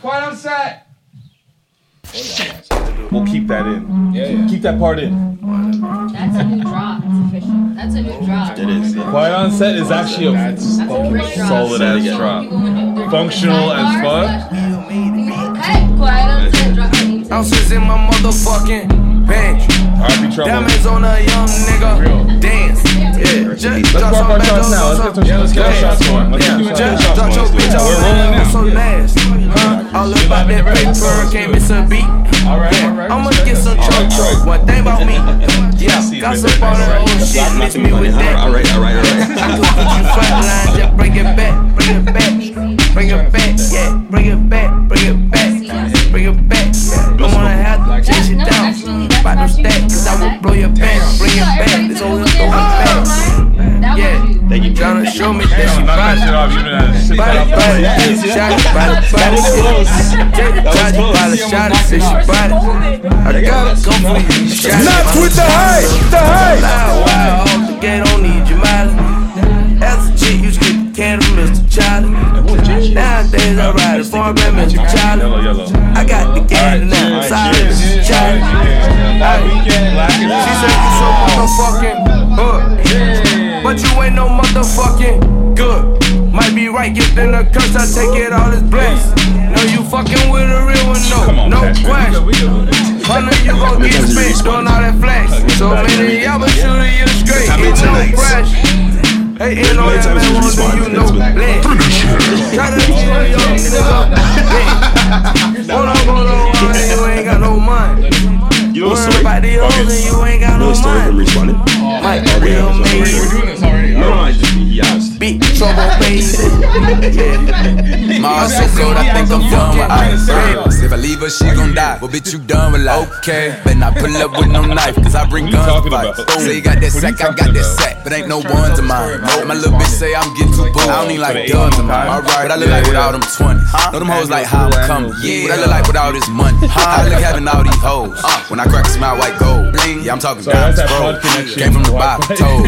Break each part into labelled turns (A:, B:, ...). A: Quiet on set.
B: We'll keep that in.
A: Yeah, yeah.
B: Keep that part in.
C: That's a new drop. It's official. That's a new drop.
D: It is. Yeah.
B: Quiet on set is actually a
A: That's
C: That's a great drop.
B: Solid
C: So
B: ass
C: people
D: drop.
C: when they're doing
B: Functional as
C: sidebars, like, Hey, quiet on set. Drop that beat.
E: Ounces in my motherfucking bank.
B: RP trouble.
E: Diamonds on a young nigga. Dance. Yeah. Just
B: Let's
E: drop
B: pop
E: some
B: our shots
E: bandos
B: now.
E: on
B: Let's get some
E: some-
B: yeah, let's get our
E: Yeah.
B: shots on. Let's
E: Yeah,
B: get
E: just
B: some shots on.
E: drop your bitch
B: We're rolling
E: out.
B: now.
E: So nasty. Huh? All about that paper. Can't miss a beat. Yeah, I'ma get some
B: Alright.
E: truck. One thing about me. Yeah,
B: See,
E: gossip
B: but-
E: on her old shit.
D: Not
E: Miss
D: to
E: me
D: be funny.
E: with
D: All right,
E: that.
D: all right, all right, all right.
E: I could get you flatlined. Just bring it back. Bring it back. Bring it back. Yeah, bring it back. Bring it back. Bring it back. Yeah, don't wanna have to chase it
C: No,
E: down.
C: actually, that's
E: Buy no
C: not you.
E: stacks, cause I will blow your back. Bring it
C: Yeah,
E: back.
C: everybody
E: It's
C: took
E: only
C: over
E: going back.
C: there. That
E: Yeah.
C: was you.
D: Thank you.
E: Tryna show me that
B: Damn,
E: she
B: knock that
E: body.
B: shit off. You know that shit.
E: Body,
B: that-
E: body,
B: that-
E: yeah, shot, body, body,
B: was close.
E: yeah.
B: was
E: Body,
B: close.
E: body, shot, say she body. I gotta go for you, shot.
B: Nuts with the hype. The hype.
E: Loud, wild, off the gate, don't need your mileage. As a chick, used to get the candle, Mr. Charlie. Nowadays, I ride a farm, man, Mr.
B: Yellow,
E: Charlie.
B: yellow.
E: I got the game now,
B: Alright,
E: sorry,
B: cheers.
E: Mr.
B: Cheers.
E: Charlie.
B: That weekend, black and
E: She
B: white.
E: said you so motherfucking hood, but you ain't no motherfucking good. Might be right, get in the curse, I take it all as blessed. No, you fucking with a real one, no,
B: Come on,
E: no
B: Patrick.
E: question.
B: We good, we good.
E: Honey, you gon' get
D: Because it's
E: spent doing all that flex. So many y'all been shooting you straight,
D: How many
E: ain't no
D: tonights?
E: pressure. Hey, ain't no
D: times
E: that
D: did you
E: man won't
D: respond
E: do
D: to
E: you no
D: this, man?
E: blend. Try to be a young nigga. Hold on, hold on, honey, you ain't got no mind.
D: You know
E: Worry
D: story.
E: about the hoes and
D: Okay.
E: you ain't got
D: You know
E: no
D: the story from
E: mind.
D: responding.
E: My
D: Oh, we
E: real
D: have a story.
E: man.
A: doing this already.
D: No, I just be honest.
E: Big trouble, baby.
F: My so cold, I think I'm done with ice. Uh, If I leave her, she gon' die. Well, bitch, you done with life. Okay. Then I pull up with no knife, cause I bring
B: What you
F: guns to
B: talking
F: fight.
B: about?
F: Say you got that
B: What you
F: sack, I got
B: talking
F: that
B: about?
F: sack, but ain't no ones of mine. Nope. My little bitch say I'm getting too bold. I don't need
B: For
F: like
B: the
F: guns of mine.
B: eight-month
F: Alright, but I look like without them 20s. Know them hoes like how I'm coming. Yeah, what I look like with all this money. I look having all these hoes. Uh, When I crack a smile, white gold. Bling. Yeah, I'm talking
B: Sorry, that's
F: diamonds,
B: that
F: bro.
B: blood connection.
F: Came from the bottom, toes.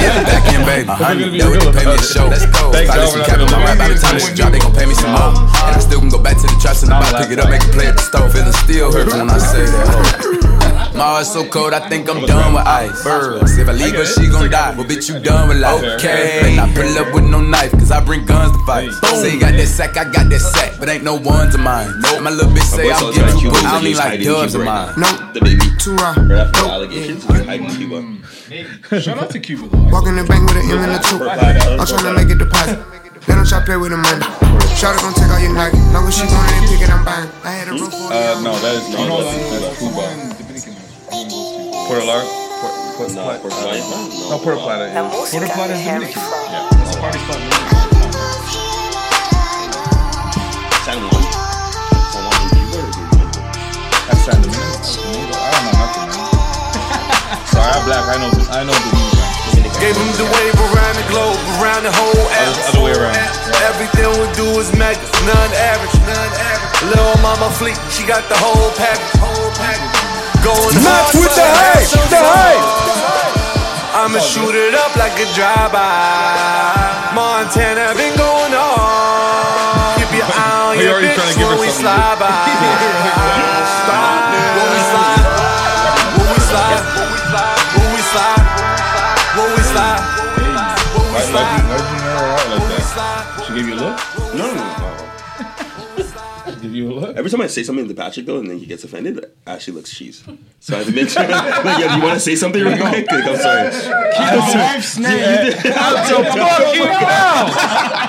F: Yeah, back in, baby.
B: gonna be
F: Honey, that would
B: real
F: pay me
B: about
F: to
B: it.
F: show. Let's go.
B: Thank
F: If I
B: God
F: listen
B: we're not Uh.
F: cap
B: gonna
F: on my
B: do
F: rap by the
B: this
F: time
B: when
F: this drop, they gon' pay me some more. And I still can go back to the traps and
B: Not
F: buy,
B: the
F: pick it
B: last
F: up, make a play at the stove. Feeling still hurt when I say that. hoe. My heart's so cold, I think I'm done with ice. Birds. If I leave her, she gon' die. Well, bitch, you done with life. Okay. And I pull up with no knife, cause I bring guns to fight. Say you got that sack, I got that sack, but ain't no ones of mine. Nope. My little bitch say
D: Both
F: I'm
D: songs about
F: getting too
D: Cuba
F: booed.
D: is
F: I don't need
D: the hugest
F: like
D: hiding in
F: dubs of
D: Cuba
F: mine.
D: right now. The baby.
G: Two round.
D: Right after the allegations, he's hiding in Cuba.
A: Shout out to Cuba though.
G: Walk in the bank with an M and a two. I'm tryna make a deposit. Then I'm tryna pay with the money. Shawty gon' take all your Nike. Long as she want it and pick it, I'm buying. I had a roof for
B: Uh, no, that is
A: You know,
B: no.
A: like,
B: That's Cuba.
A: Cuban, Dominican. one of those two.
B: Puerto Lar.
D: Nah, Puerto Rico.
B: No, Puerto Plata. yeah.
A: Puerto Plata is Dominican. It's a party spot. man.
D: San Juan. San Juan in Cuba or Dominican?
B: That's San Domingo. That's Domingo. I don't know nothing, man. Sorry, I'm black. I know. I know Domingo.
E: Gave him the wave around the globe, around the whole
B: Other-
E: atlas.
B: other way around.
E: Everything we do is mega, none average, none average. Little mama fleet, she got the whole package, whole package. Going hard for I'ma shoot it up like a drive-by. Montana been going on. Keep your eye on
B: He
E: your
B: already
E: bitch
B: tryna give her
E: when we
B: something.
E: slide by. when we slide, when we slide, when we slide, when we slide, when we
B: Why did
E: slide,
B: you
E: when
B: like
E: we
B: that?
E: slide.
B: She gave you a look.
D: No, no, no.
B: Give you a look.
D: Every time I say something to Patrick though, and then he gets offended, I actually looks cheese. So I have to make sure. like, yo, do you want to say something real quick? Like, I'm sorry.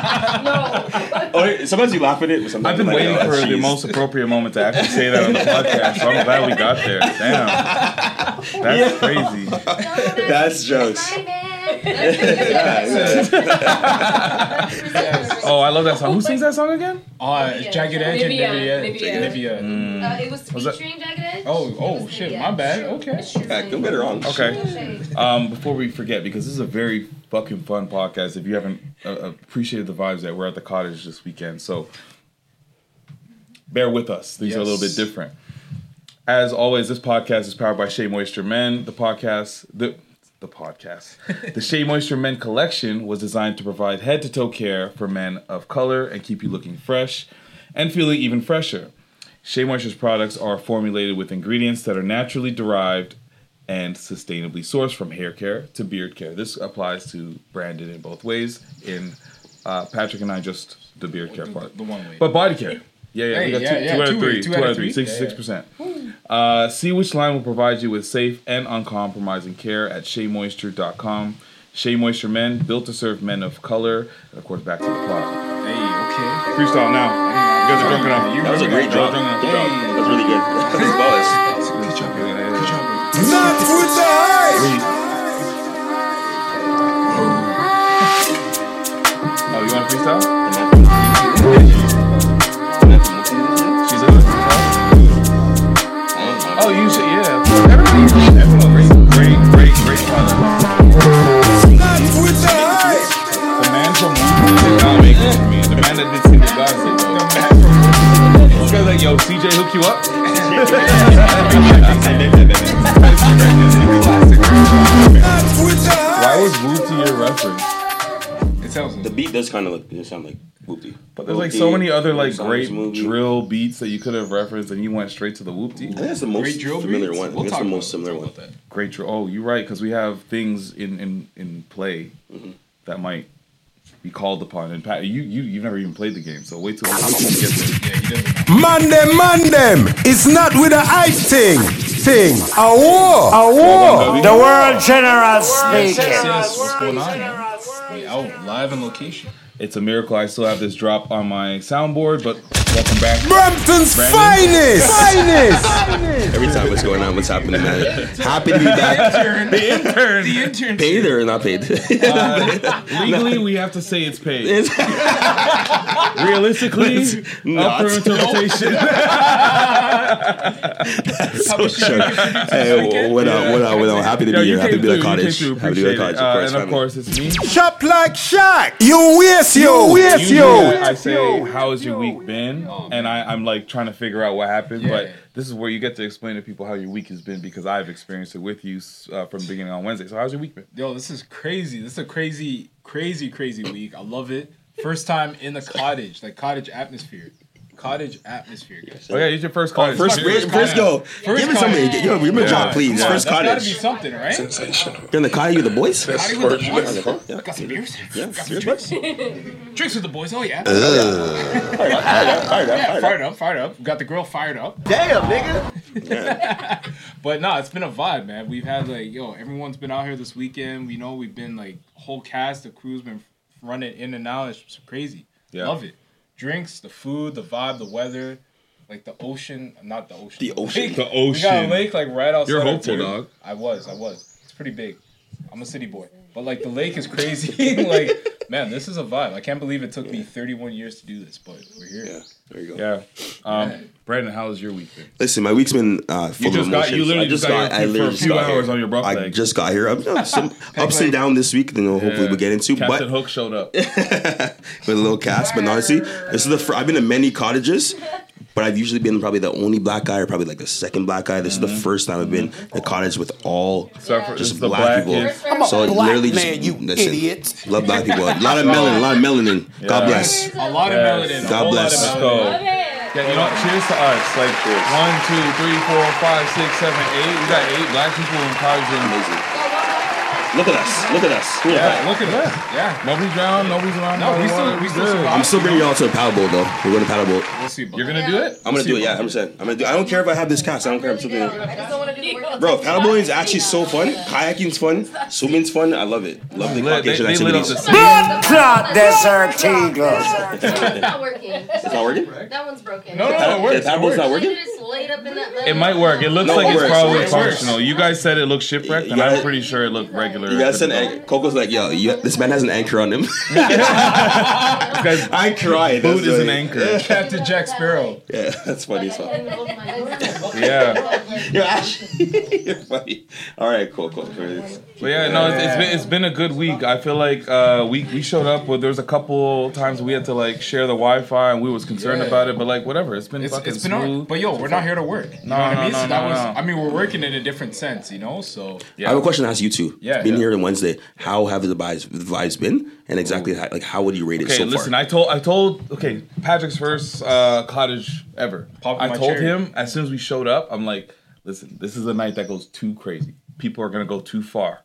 D: Or sometimes you laugh at it. But sometimes
B: I've been
D: I'm like,
B: waiting
D: oh,
B: for
D: that's
B: the
D: cheese.
B: most appropriate moment to actually say that on the podcast, so I'm glad we got there. Damn. That's crazy.
D: That's jokes.
B: Oh, I love that song. Who sings that song again?
D: Oh,
B: Mm.
A: Uh, it's Jagged Edge and
C: Nivea,
A: Nivea.
C: Nivea.
A: Nivea.
C: Uh, it was
B: Was that-
C: featuring Jagged Edge.
A: Oh,
C: It
A: oh
C: was
A: shit,
C: Nivea.
A: my bad. Okay.
C: It's true.
D: Heck, don't get it wrong.
B: Okay.
C: Okay.
B: Um, before we forget, because this is a very fucking fun podcast. If you haven't uh, appreciated the vibes that we're at the cottage this weekend, so bear with us. Things are a little bit
A: Yes.
B: different. As always, this podcast is powered by Shea Moisture Men. The podcast, the the podcast, the Shea Moisture Men collection was designed to provide head to toe care for men of color and keep you looking fresh. and feeling even fresher. Shea Moisture's products are formulated with ingredients that are naturally derived and sustainably sourced from hair care to beard care. This applies to branded in both ways. In uh, Patrick and I, just the beard care
A: The-
B: part,
A: the one way.
B: but body care. Yeah, yeah,
A: Hey,
B: we got
A: yeah,
B: two,
A: yeah,
B: two out
A: two-
B: of three,
A: two
B: two,
A: out of
B: out of
A: three.
B: three, sixty-six percent. Uh, see which line will provide you with safe and uncompromising care at SheaMoisture.com. Shea Moisture Men, built to serve men of color. And of course, back to the plot.
A: Hey,
B: Freestyle now. You guys are drunk enough.
D: That was a great drop. That was really good. Thanks, boss.
F: Not with the hype.
B: Oh, you want to freestyle? She's Oh, you should, yeah. Great, great, great product.
F: Not with the hype.
B: The man from Washington did not make it for me. The man that did Singer Gossip. This guy's like, yo, CJ, hook you up?
F: Not with the hype.
B: Why was Wu to your reference?
A: okay. It sounds.
D: The beat does kind of look, it sound like whoopty.
B: But there's like so many other like
D: Songs
B: great
D: movie.
B: drill beats that you could have referenced, and you went straight to the whoop
D: I think
B: dee.
D: that's the most
A: Great drill
D: familiar
A: beats.
D: one. I
A: We'll
D: think
A: talk
D: that's the
A: about
D: most
A: it.
D: similar
A: We'll
D: one.
A: talk about
B: Great drill. Oh, you're right, because we have things in in in play
D: Mm-hmm.
B: that might be called upon. And Pat, you you you've never even played the game, so wait till we get there.
A: that. Yeah, he doesn't.
H: Man them, man them. It's not with a hype thing. Thing. A war. A war. The world general speaking.
A: Yes, what's going on? We out live in location.
B: It's a miracle I still have this drop on my soundboard, but welcome back.
H: Brampton's
B: Brandon.
H: finest. finest.
D: Every time what's going on, what's happening, man. Happy to be back.
B: The intern.
A: The intern.
D: Paid or not paid?
B: Uh, Legally, we have to say it's paid. Realistically, up
D: not.
B: for interpretation.
D: so sure. Hey, what up, what up, what up? Happy to
B: Yo,
D: be
B: you
D: here.
B: came
D: Happy to be at
B: through, you
D: cottage.
B: came through,
D: Happy to
B: appreciate
D: be at cottage.
B: it. Uh, and of course, it's me.
H: Chop like Shaq. You waste you. You waste
B: Usually I say, "How has your week been?" and I, I'm like trying to figure out what happened. But
A: Yeah.
B: this is where you get to explain to people how your week has been because I've experienced it with you uh, from the beginning on Wednesday. So how's your week been?
A: Yo, this is crazy. This is a crazy, crazy, crazy week. I love it. First time in the cottage, like cottage atmosphere. Cottage atmosphere, guys.
B: Oh yeah, it's your first call.
D: First,
A: First
D: first go.
A: First
D: Give me somebody.
A: cottage.
D: Yo, give me a
B: Yeah.
D: job, please.
A: Come on,
D: First
A: that's gotta be
D: cottage.
A: something, right?
D: You're in the cottage with the boys?
A: Cottage with the boys.
D: Yeah.
A: Got some beers.
D: Yeah,
A: Got some
D: serious,
A: drinks.
D: bud?
A: Drinks with the boys. Oh yeah.
D: Fired up,
A: Yeah,
D: fired up.
A: fired up, fired up. Got the girl fired up. Damn, nigga. but nah, it's been a vibe, man. We've had like, yo, everyone's been out here this weekend. We know we've been like whole cast, the crew's been running in and out. It's crazy.
B: Yeah.
A: Love it. Drinks, the food, the vibe, the weather, like the ocean. Not the ocean.
D: The ocean.
A: lake.
B: The
A: We got a
B: ocean.
A: lake like right outside.
B: You're
A: our
B: hopeful,
A: door.
B: dog.
A: I was, I was. It's pretty big. I'm a city boy. But like the lake is crazy. like, man, this is a vibe. I can't believe it took me 31 years to do this, but we're here.
D: Yeah, there you go.
B: Yeah, um, Brandon, how has your week been?
D: Listen, my week's been uh, full
B: You just
D: of
B: got-
D: emotions.
B: you literally
D: I just
B: just got here
D: got, I
B: for a
D: literally just
B: few
D: got
B: hours
D: here.
B: on your broke
D: I
B: leg.
D: just got here. I'm, I'm some ups
A: leg.
D: and down this week. You know, hopefully
B: Yeah.
D: we get into.
B: Captain
D: but
B: Hook showed up.
D: with a little cast. But honestly, this is the fir- I've been to many cottages, but I've usually been probably the only black guy or probably like the second black guy. This is the first time I've been in a cottage with all
B: So for-
D: just
B: the black
D: black, people.
B: kids.
C: I'm a
F: black man, you idiot.
D: Love black people. A lot of melanin. A lot of melanin. God
B: Yeah.
D: bless.
A: A lot of
B: Yes.
A: melanin.
D: God
A: a whole
D: bless.
A: Lot
B: Let's
A: of
B: go.
A: melanin.
C: Love it.
B: Yeah, you know, what? cheers to us. Like one, two, three, four, five, six, seven, eight. We got eight black people in college. And,
D: Amazing. Look at us. Look at us.
A: Yeah, look at that. Yeah.
B: nobody's drowned. Nobody's around.
A: No, we
B: nobody's
A: still-
B: around.
A: we still
B: Good.
A: survived.
D: I'm still bringing y'all to a paddle boat though. We're going to paddle boat.
A: We'll see. Bro.
B: You're gonna do it?
D: I'm gonna do it. Yeah, I'm saying. I'm gonna do. I don't care if I have this cast. I don't care. I'm still doing it.
C: I just don't want to do the work.
D: Bro, paddleboarding is actually so fun. Kayaking's fun. Swimming's fun. I love it. Love
B: They,
D: the
B: they,
D: Caucasian
B: they lit up
D: activities.
B: the
D: It's
B: city.
H: Not desert
C: It's not working.
D: not working.
C: That one's broken.
A: No, no, it works.
D: The
A: It
D: paddleboard's
A: works.
D: not working.
C: It is laid up in that.
B: It might work. It looks
D: No,
B: like
D: it
B: it's
D: works.
B: probably
D: It
A: works.
B: functional. You guys said it looked shipwrecked,
D: You
B: and
D: gotta-
B: I'm pretty sure it looked regular.
D: You gotta send an- Coco's like, yo, you, this man has an anchor on him.
B: Guys,
D: I cried.
B: Food
D: That's
B: is an
D: funny.
B: anchor.
A: Captain Jack Sparrow.
D: Yeah, that's funny as
C: In
D: well.
C: the middle of my-
B: Yeah,
D: You're actually you're funny. All right, cool, cool.
B: but yeah, no, it's, it's been it's been a good week. I feel like uh, we we showed up, but there was a couple times we had to like share the Wi-Fi, and we was concerned
A: Yeah.
B: about it. But like, whatever, it's been
A: It's,
B: fucking
A: it's been
B: smooth.
A: alright. But yo, we're not here here to work. You
B: No,
A: know what
B: no,
A: I mean?
B: no,
A: so that
B: no,
A: was,
B: no.
A: I mean, we're working in a different sense, you know? So,
D: I have a question to ask you two.
A: Yeah,
D: Being
A: yeah.
D: here on Wednesday, how have the vibes, the vibes been? And exactly, how, like, how would you rate it
B: Okay,
D: so
B: listen.
D: far?
B: I told I told okay Patrick's first uh, cottage ever.
A: Popped
B: I
A: my
B: told
A: cherry.
B: him as soon as we showed up, I'm like, listen, this is a night that goes too crazy. People are gonna go too far.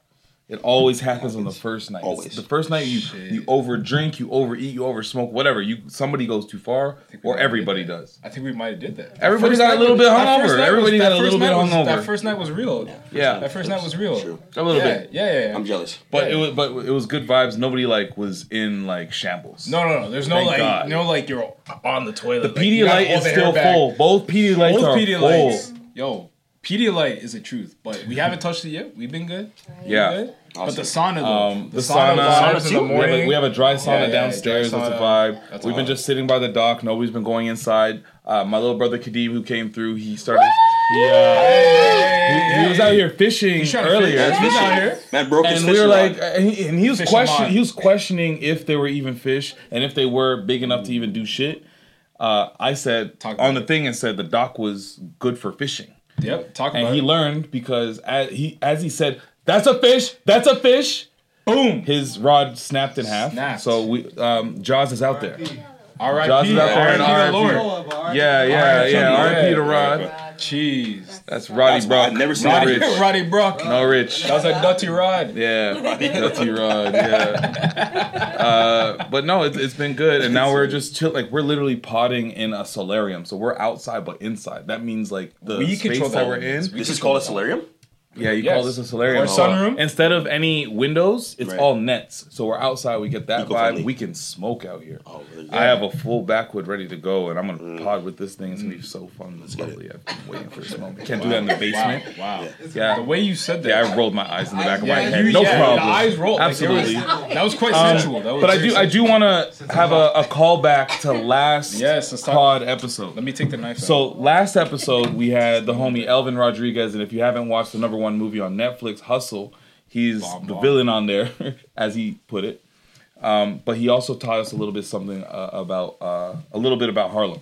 B: It always happens on the first night. It's-
D: Always.
B: The first night you you over drink, you overeat, you over smoke, whatever. You somebody goes too far, or everybody does.
A: I think we might have did that.
B: Everybody
A: First
B: got a
A: night
B: little
A: was-
B: bit
A: that
B: hungover.
A: first night was-
B: Everybody
A: that
B: got a
A: first
B: little bit
A: night was-
B: hungover.
A: That first night was real.
B: Yeah.
A: That first night was real.
B: A little
A: yeah,
B: bit.
A: Yeah, yeah, yeah.
D: I'm jealous.
B: But it was but it was good vibes. Nobody like was in like shambles.
A: No, no, no. There's no
B: Thank
A: like,
B: God.
A: no like you're on the toilet.
B: the
A: like, you got
B: Pedialyte
A: all
B: is
A: the hair
B: still
A: back.
B: full. Both Pedialytes
A: Both
B: are
A: Pedialytes.
B: full.
A: Yo, Pedialyte is a truth, but we haven't touched it yet. We've been good. We've
B: Yeah.
A: been good. But the sauna, though.
B: Um, the,
A: the,
B: sauna,
A: sauna, vibes in the
B: We, have a,
A: morning.
B: we have a dry
A: yeah,
B: sauna
A: yeah, dry
B: downstairs. That's a
A: sauna.
B: vibe.
A: That's
B: We've been
A: hot.
B: just sitting by the dock. Nobody's been going inside. Uh, my little brother Kadeem, who came through, he started. He, uh, he, he was out here fishing
A: He's trying to
B: earlier.
A: fish.
D: That's
A: Yeah.
D: fishing.
A: here.
D: Man, broke his
B: And we
D: fishing
B: were like, uh,
D: rod.
B: and he, and he was
A: Fishing
B: question,
A: line.
B: he was questioning if they were even fish and if they were big enough to even do shit. Uh, I said
A: Talk about
B: on the
A: it.
B: thing and said the dock was good for fishing.
A: Yep, talk about
B: and he
A: it.
B: learned because as he as he said, "That's a fish. That's a fish." Boom! His rod snapped in half.
A: Snapped.
B: So we um, Jaws is out there.
A: All right,
B: Jaws is out there in
A: R.I.P. the
B: R.I.P.
A: Lord.
B: Yeah, yeah,
A: R.I.P.
B: yeah.
A: Rod.
B: R.I.P. to Rod.
A: Jeez.
B: That's Roddy
D: why
B: Brock.
D: I've never seen
B: no
D: that.
B: rich.
A: Roddy Brock.
B: No rich.
A: That was a dirty rod.
B: Yeah, guilty rod. Yeah, uh, but no, it's, it's been good, and now we're just chill. Like we're literally potting in a solarium, so we're outside but inside. That means like the
A: We
B: space
A: control the
B: that we're
A: elements.
B: in.
A: We
D: This is called a solarium?
B: Yeah, you
A: Yes.
B: call this a solarium. Uh,
A: Or sunroom.
B: Instead of any windows, it's
D: Right.
B: all nets. So we're outside, we get that
D: Eco-friendly.
B: vibe. We can smoke out here.
D: Oh, really?
B: I have a full backwood ready to go, and I'm gonna
D: Mm.
B: pod with this thing. It's gonna be so fun. It's lovely. I've been waiting for this moment. Can't do that in the
A: Wow.
B: basement.
A: wow.
B: Yeah.
A: The way you said that.
B: yeah, I rolled my eyes in the back of my
A: Yeah,
B: head.
A: you-
B: no
A: yeah,
B: problem.
A: The eyes rolled. Like, there was-
B: Absolutely. Um,
A: that was quite sensual. That was
B: But I
A: very
B: do, I do want to have a, a callback to last
A: Yes, let's talk-
B: pod episode.
A: Let me take the knife.
B: So last episode we had the homie Elvin Rodriguez, and if you haven't watched the number one movie on Netflix, Hustle, he's
A: Bomb,
B: the
A: bomb.
B: villain on there, as he put it. Um, but he also taught us a little bit something uh, about uh, a little bit about Harlem.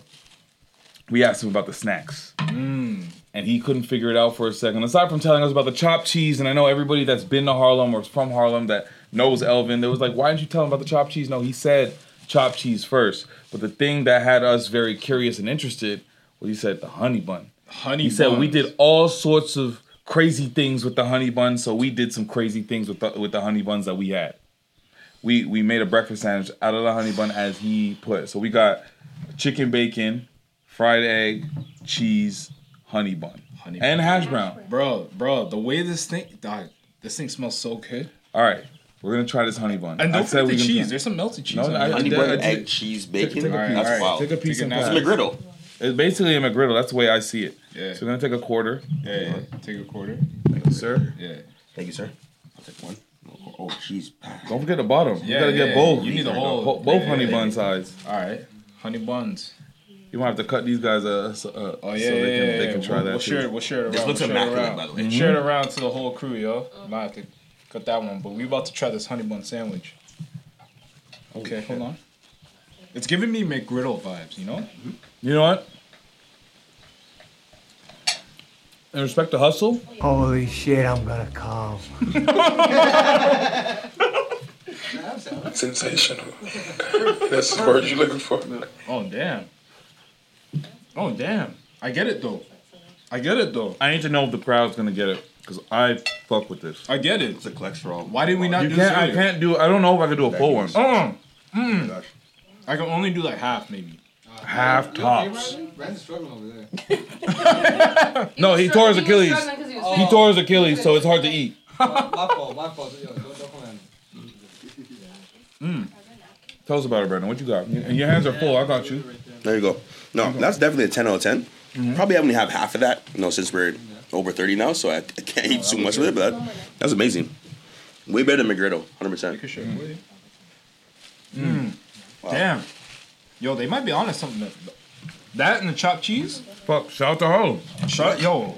B: We asked him about the snacks, and he couldn't figure it out for a second. Aside from telling us about the chopped cheese, and I know everybody that's been to Harlem or is from Harlem that knows Elvin, they was like, "Why didn't you tell him about the chopped cheese?" No, he said chopped cheese first. But the thing that had us very curious and interested was he said the honey bun.
A: honey.
B: He said we
A: buns.
B: did all sorts of crazy things with the honey bun, so we did some crazy things with the, with the honey buns that we had. We we made a breakfast sandwich out of the honey bun as he put. it. So we got chicken bacon, fried egg, cheese, honey bun,
A: Honey
B: and hash brown.
A: bro, bro. The way this thing, dog, this thing smells so good.
B: All right, we're gonna try this honey bun.
A: And
B: I
A: don't forget the
B: we can-
A: cheese. There's some melted cheese.
B: No,
A: on
B: I-
A: it.
D: Honey
B: did-
D: bun,
B: did-
D: egg, cheese, bacon.
B: take a piece.
D: That's
A: Alright,
D: wild.
B: Take a piece
A: Take
B: and
A: a
B: pass.
A: nap.
D: It's a griddle.
B: It's basically a McGriddle. That's the way I see it.
A: Yeah.
B: So we're gonna take a quarter,
A: Yeah, yeah, yeah. Take a quarter.
B: sir.
A: Yeah.
D: Thank you, sir. I'll take one. Oh, jeez.
B: Don't forget the bottom. you
A: Yeah,
B: gotta
A: yeah,
B: get both.
A: you need the whole-
B: Bo- both
A: yeah,
B: honey
A: yeah,
B: bun
A: yeah.
B: sides.
A: All right. Honey buns.
B: You might have to cut these guys uh, so, uh, so
A: Oh yeah, yeah,
B: they can,
A: yeah,
B: they
A: yeah.
B: can try
A: we'll,
B: that.
A: We'll
B: too. Mm-hmm.
A: share it. We'll share it.
D: This
A: around.
D: looks
A: we'll share it
D: immaculate,
A: around.
D: by the way.
A: Share it around to the whole crew, yo. Might have to cut that one, but we about to try this honey bun sandwich. Okay, hold on. It's giving me McGriddle vibes, you know.
B: You know what? In respect to hustle,
I: Holy shit, I'm gonna come.
J: Sensational. That's the word you're looking for.
A: Oh damn. Oh damn. I get it though. I get it though.
B: I need to know if the crowd's gonna get it because I fuck with this.
A: I get it.
D: It's a cholesterol.
A: Why did we not
B: You
A: do
B: can't. I
A: this? earlier?
B: can't do. I don't know if I could do a full one. Uh-uh.
A: Mm. Mm. I can only do like half, maybe.
B: Half tops.
K: Brandon's struggling over there.
B: No, he tore his Achilles. He tore his Achilles, so it's hard to eat.
K: My fault, my fault. Yo, don't, don't come at me.
B: Mm. Tell us about it, Brandon. What you got? And your hands are full. I got you.
D: There you go. No, that's definitely a 10 out of 10.
B: Mm-hmm.
D: Probably only have half of that, you know, since we're over 30 now, so I, I can't eat too much of it, but that, that's amazing. Way better than McGriddle, 100%.
A: Sure. Mm. Damn. Yo, they might be onto something. That, that and the chopped cheese.
B: Fuck. Shout out to Harlem.
A: Shut, yo,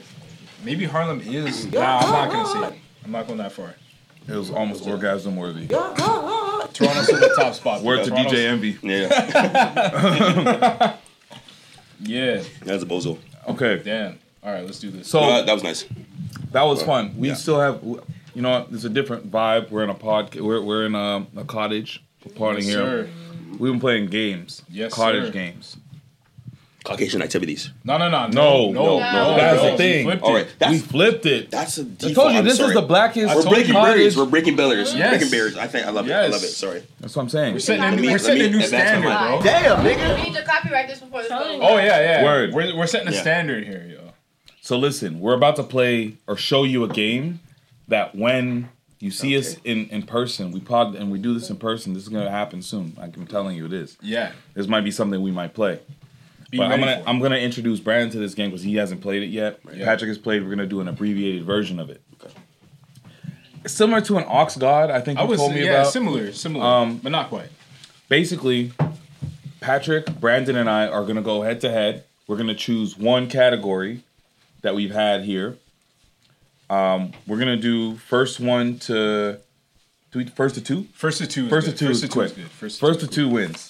A: maybe Harlem is. Nah, I'm not gonna say. It. I'm not going that far.
B: It was almost orgasm worthy.
A: Toronto's in the top spot.
B: Word to
A: Toronto's-
B: DJ Envy.
D: Yeah.
A: Yeah.
D: That's a bozo.
B: Okay.
A: Damn. All right, let's do this.
B: So
D: No, that was nice.
B: That was
D: Well,
B: fun. We
D: yeah.
B: still have, you know, what, it's a different vibe. We're in a pod. We're we're in a, a cottage. We're partying
A: Yes,
B: here.
A: sir.
B: We've been playing games.
A: Yes,
B: cottage
A: sir.
B: games.
D: Caucasian activities.
A: No, no, no,
B: No, no,
A: no, no, no.
B: That's
A: no.
B: the
A: We
B: thing.
A: flipped
D: All right,
B: we
D: that's-
B: flipped it.
D: That's a
B: I
D: default.
B: told you
D: I'm
B: this
D: sorry.
B: is the blackest.
D: We're breaking
B: cottage-
D: barriers. We're breaking barriers.
B: Yes.
D: Breaking barriers. I think I love it. I
B: Yes.
D: love it. Sorry.
B: That's what I'm saying.
A: We're setting a
D: Let
A: new,
D: me-
A: we're
D: let
A: setting a
D: me
A: new
D: advance my
A: standard,
D: mind.
A: bro.
C: We need to copyright this before it's over.
A: Oh yeah, yeah.
B: Word.
A: We're we're setting a standard here, yo.
B: So listen, we're about to play or show you a game that when you see us in, in person, we pod and we do this in person. This is gonna happen soon. Like I'm telling you, it is.
A: Yeah.
B: This might be something we might play.
A: Be
B: but I'm
A: ready
B: gonna
A: for it.
B: I'm gonna introduce Brandon to this game because he hasn't played it yet.
A: Yeah.
B: Patrick has played. We're gonna do an abbreviated version of it. Similar to an ox god, I think
A: I
B: you
A: was
B: told me
A: yeah,
B: about.
A: similar, similar,
B: Um,
A: but not quite.
B: Basically, Patrick, Brandon, and I are gonna go head to head. We're gonna choose one category that we've had here. Um, we're gonna do first one to, do we- first to two.
A: First to two. is
B: First to
A: good.
B: two
A: First
B: is
A: to two
B: quick.
A: is good. First
B: First,
A: to two.
B: to two wins.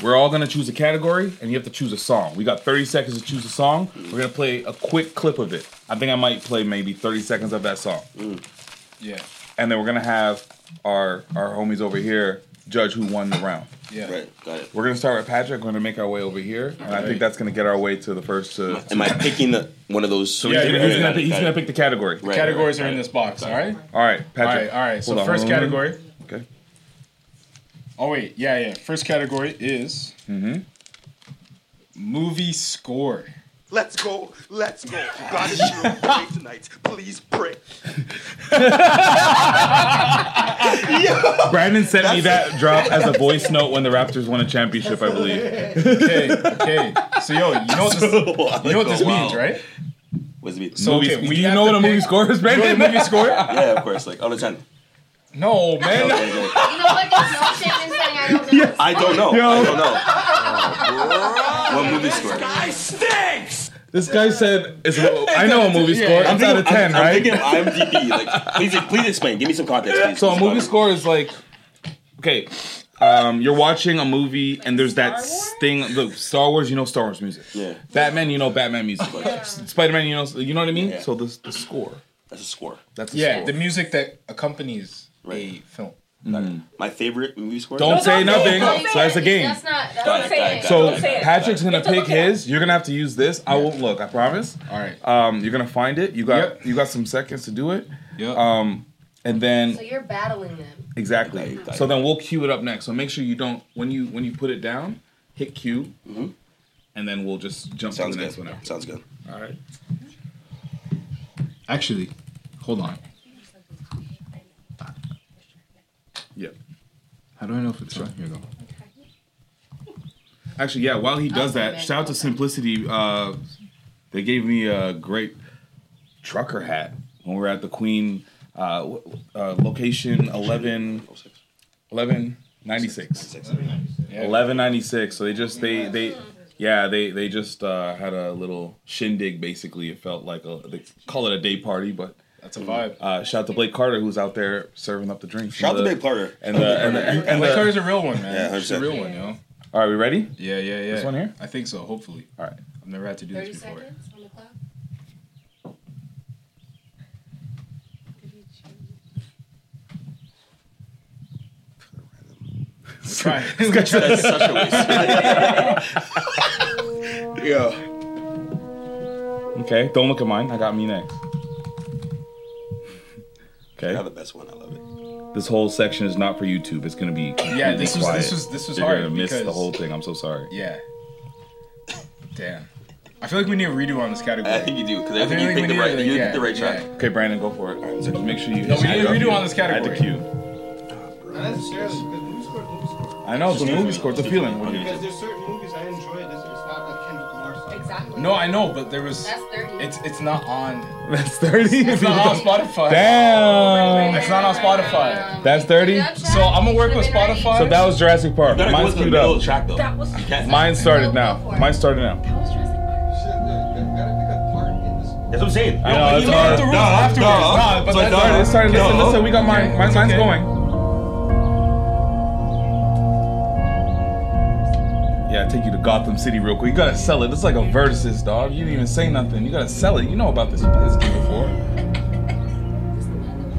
B: We're all gonna choose a category, and you have to choose a song. We got 30 seconds to choose a song. We're gonna play a quick clip of it. I think I might play maybe 30 seconds of that song,
D: Mm.
A: Yeah.
B: and then we're gonna have our our homies over here judge who won the round.
A: Yeah.
D: Right. Got it.
B: We're gonna start with Patrick. We're gonna make our way over here, and I think
A: Alright.
B: that's gonna get our way to the first. To,
D: Am I picking the, one of those?
B: so he's,
A: Yeah,
B: gonna,
A: yeah,
B: he's,
A: yeah,
B: gonna, he's
D: got
B: gonna
D: it.
B: pick the category.
D: Right,
A: Categories
D: right,
A: are in this box. All
B: All
A: right.
B: right,
A: All right.
B: Patrick.
A: All right. So
B: hold on,
A: first
B: hold on, hold on.
A: category.
B: Okay.
A: Oh wait. Yeah. Yeah. First category is
B: Mhm.
A: movie score.
L: Let's go, let's go. God is sure to pray tonight. Please pray.
B: Brandon sent me that drop as a voice note when the Raptors won a championship, I believe.
A: Okay. Okay. So yo, you know what this, you know what this means, right?
D: What does it mean?
A: So
B: Movie-
A: okay,
B: do
A: we
B: you
A: have
B: know
A: to
B: what a movie
A: pick-
B: score is,
A: You know
B: Brandon?
A: what a movie score?
D: yeah, of course. Like oh, all the time.
A: No, man.
D: Okay, go.
C: You know what? There's no shame in saying I don't know.
D: I don't know.
B: Yo.
D: I don't know. what movie score?
L: I stinks!
B: This guy said, it's, I know a movie
A: Yeah,
B: score.
A: I'm
B: It's out of 10,
D: I'm,
B: right?
D: thinking of IMDb. Like, please, please explain. Give me some context, please.
B: so a movie
D: Please,
B: score is like, okay, um, you're watching a movie and there's that thing. Look, Star Wars, you know Star Wars music.
D: Yeah.
B: Batman, you know Batman music. Spider Man, you know, you know what I mean.
D: Yeah.
B: So the the score.
D: That's a score.
B: That's the
A: Yeah,
B: score.
A: the music that accompanies a
D: Right.
A: film.
D: My favorite movie score.
B: Don't say nothing. So that's a game.
C: That's not. That's
D: Got
C: not a
D: it, got it,
C: thing.
D: got it.
B: So
D: Don't say it.
B: Patrick's gonna
C: It's a
B: pick
C: look at-
B: his. You're gonna have to use this. I won't look. I promise.
A: All right.
B: Um, you're gonna find it. You got
A: Yep.
B: you got some seconds to do it.
A: Yeah.
B: Um, and then
C: So you're battling them.
B: exactly.
D: got it.
B: So then we'll cue it up next. So make sure you don't when you when you put it down, hit cue, and then we'll just jump
D: Mm-hmm. Sounds
B: to the next one.
D: good.
B: After.
D: Sounds good.
B: All right.
A: Actually, hold on.
B: Yep.
A: How do I know if it's right? Here you go.
B: Actually, yeah. While he does
C: Okay,
B: that,
C: man.
B: shout out to Simplicity. Uh, they gave me a great trucker hat when we were at the Queen uh, w- uh, location 11, 1196. Eleven ninety six. So they just they they yeah they they just uh, had a little shindig. Basically, it felt like a they call it a day party, but
A: That's a vibe.
B: uh, shout out to Blake Carter who's out there serving up the drinks.
D: Shout out to
B: And the-
D: Big Carter.
B: and the and the, and
A: Black
B: the,
A: Carter's a real one, man.
D: Yeah,
A: She's a
D: 100%.
A: real one, yo.
B: all right, we ready?
A: Yeah, yeah, yeah.
B: This one here?
A: I think so. Hopefully,
B: All right.
A: I've never had to do
C: Thirty
A: this before.
C: seconds on the clock.
A: Try.
D: That's such a waste. yeah.
B: Okay, don't look at mine. I got me next.
D: I have
B: Okay,
D: the best one. I love it.
B: this whole section is not for YouTube. It's gonna be
A: yeah, this
B: completely
A: was
B: quiet.
A: this was this was
B: You're
A: hard
B: gonna miss
A: because
B: the whole thing. I'm so sorry.
A: yeah. Damn. I feel like we need a redo on this category.
D: I think you do because I,
A: I
D: think
A: feel
D: you
A: like we
D: picked the
A: need
D: right.
A: to,
D: You
A: yeah,
D: picked the right track.
A: yeah.
B: Okay, Brandon, go for it. just make sure you.
A: No, we
B: hit
A: didn't
B: it.
A: redo on this
B: I
A: category.
B: had to cue.
K: Not necessarily, because movie score is movie score.
B: I know it's a movie score. It's a feeling.
K: Because there's certain movies I enjoy, this is not a Kendrick Lamar song.
C: Exactly.
A: No, I know, but there was.
C: That's thirty.
A: It's it's not on.
B: That's 30.
A: It's not on Spotify.
B: Damn.
A: It's not on Spotify.
B: That's 30.
A: So I'm gonna work with Spotify.
B: So that was Jurassic Park.
D: Better go
B: Mine's
D: to the
B: queued
D: middle of
B: up.
D: the track though.
C: was.
D: You can't.
B: Mine started
C: Go
B: now.
C: for it.
B: Mine started now.
C: That was dressing.
K: Shit, you gotta pick a part in this.
D: That's what I'm saying.
B: I know, it's
A: You learned
B: hard.
A: the rules
D: No,
A: afterwards.
D: no.
A: Nah, but
D: So
A: that's
D: no.
B: All right, It started. Listen,
D: No.
B: listen. We got mine. Mine's,
A: It's
B: mine's
A: okay.
B: going. Yeah, gotta take you to Gotham City real quick. You gotta sell it. It's like a versus, dog. You didn't even say nothing. You gotta sell it. You know about this this game before.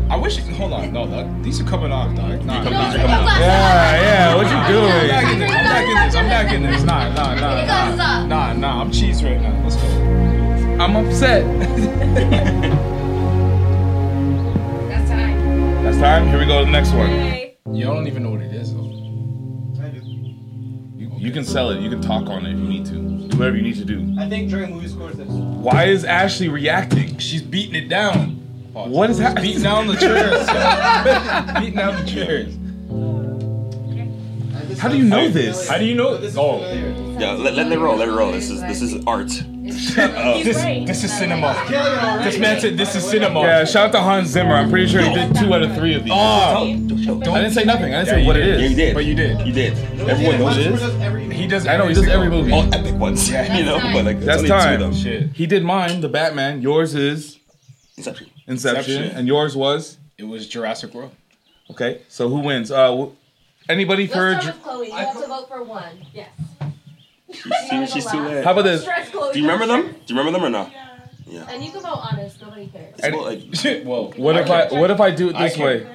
A: I wish. Hold on, no, dog. These are coming off, dog. Nah,
B: These are
A: nah,
B: coming off.
A: nah.
B: Yeah, yeah, what you
A: Nah,
B: doing?
A: I'm not getting this. I'm not getting this. I'm not getting this. Nah, nah, nah, nah, nah, nah. I'm cheese right now. Let's go. I'm upset.
C: That's time.
B: That's time. Here we go to the next one.
A: You don't even know what it is. Though.
B: You, you can sell it. You can talk on it if you need to. Do whatever you need to do.
K: I think Dre movie scores this.
B: Why is Ashley reacting? She's beating it down. What is happening?
A: Oh, Beating down the chairs. Beating down the chairs.
B: How do you know this?
A: How do you know this? Oh,
D: Yeah, let, let it roll. Let it roll. This is this is art.
B: Oh.
A: this, this is cinema. This man said this is cinema.
B: Yeah, shout out to Hans Zimmer. I'm pretty sure he did two out of three of these.
A: Oh,
B: I didn't say nothing. I didn't say what it is.
D: You did.
A: But you did.
D: You did.
B: Everyone knows it is.
A: He does.
B: I know he does every movie.
D: All epic ones. you know, but like
B: That's
D: there's only two of
B: time.
D: them.
A: Shit.
B: He did mine, the Batman. Yours is
D: Inception.
B: Inception,
A: Inception.
B: and yours was
A: It was Jurassic World.
B: Okay. So who wins? Uh, wh- anybody
C: Let's
B: for?
C: start with Chloe. You have to vote for one. Yes.
D: See, she's too late.
B: How about this?
C: Stretch Chloe.
D: Do you remember them? Do you remember them or no?
C: And you can vote honest. Nobody cares.
D: It's about, like,
A: Whoa.
B: What if I? What if I do it
A: I
B: this
A: can't-
B: way?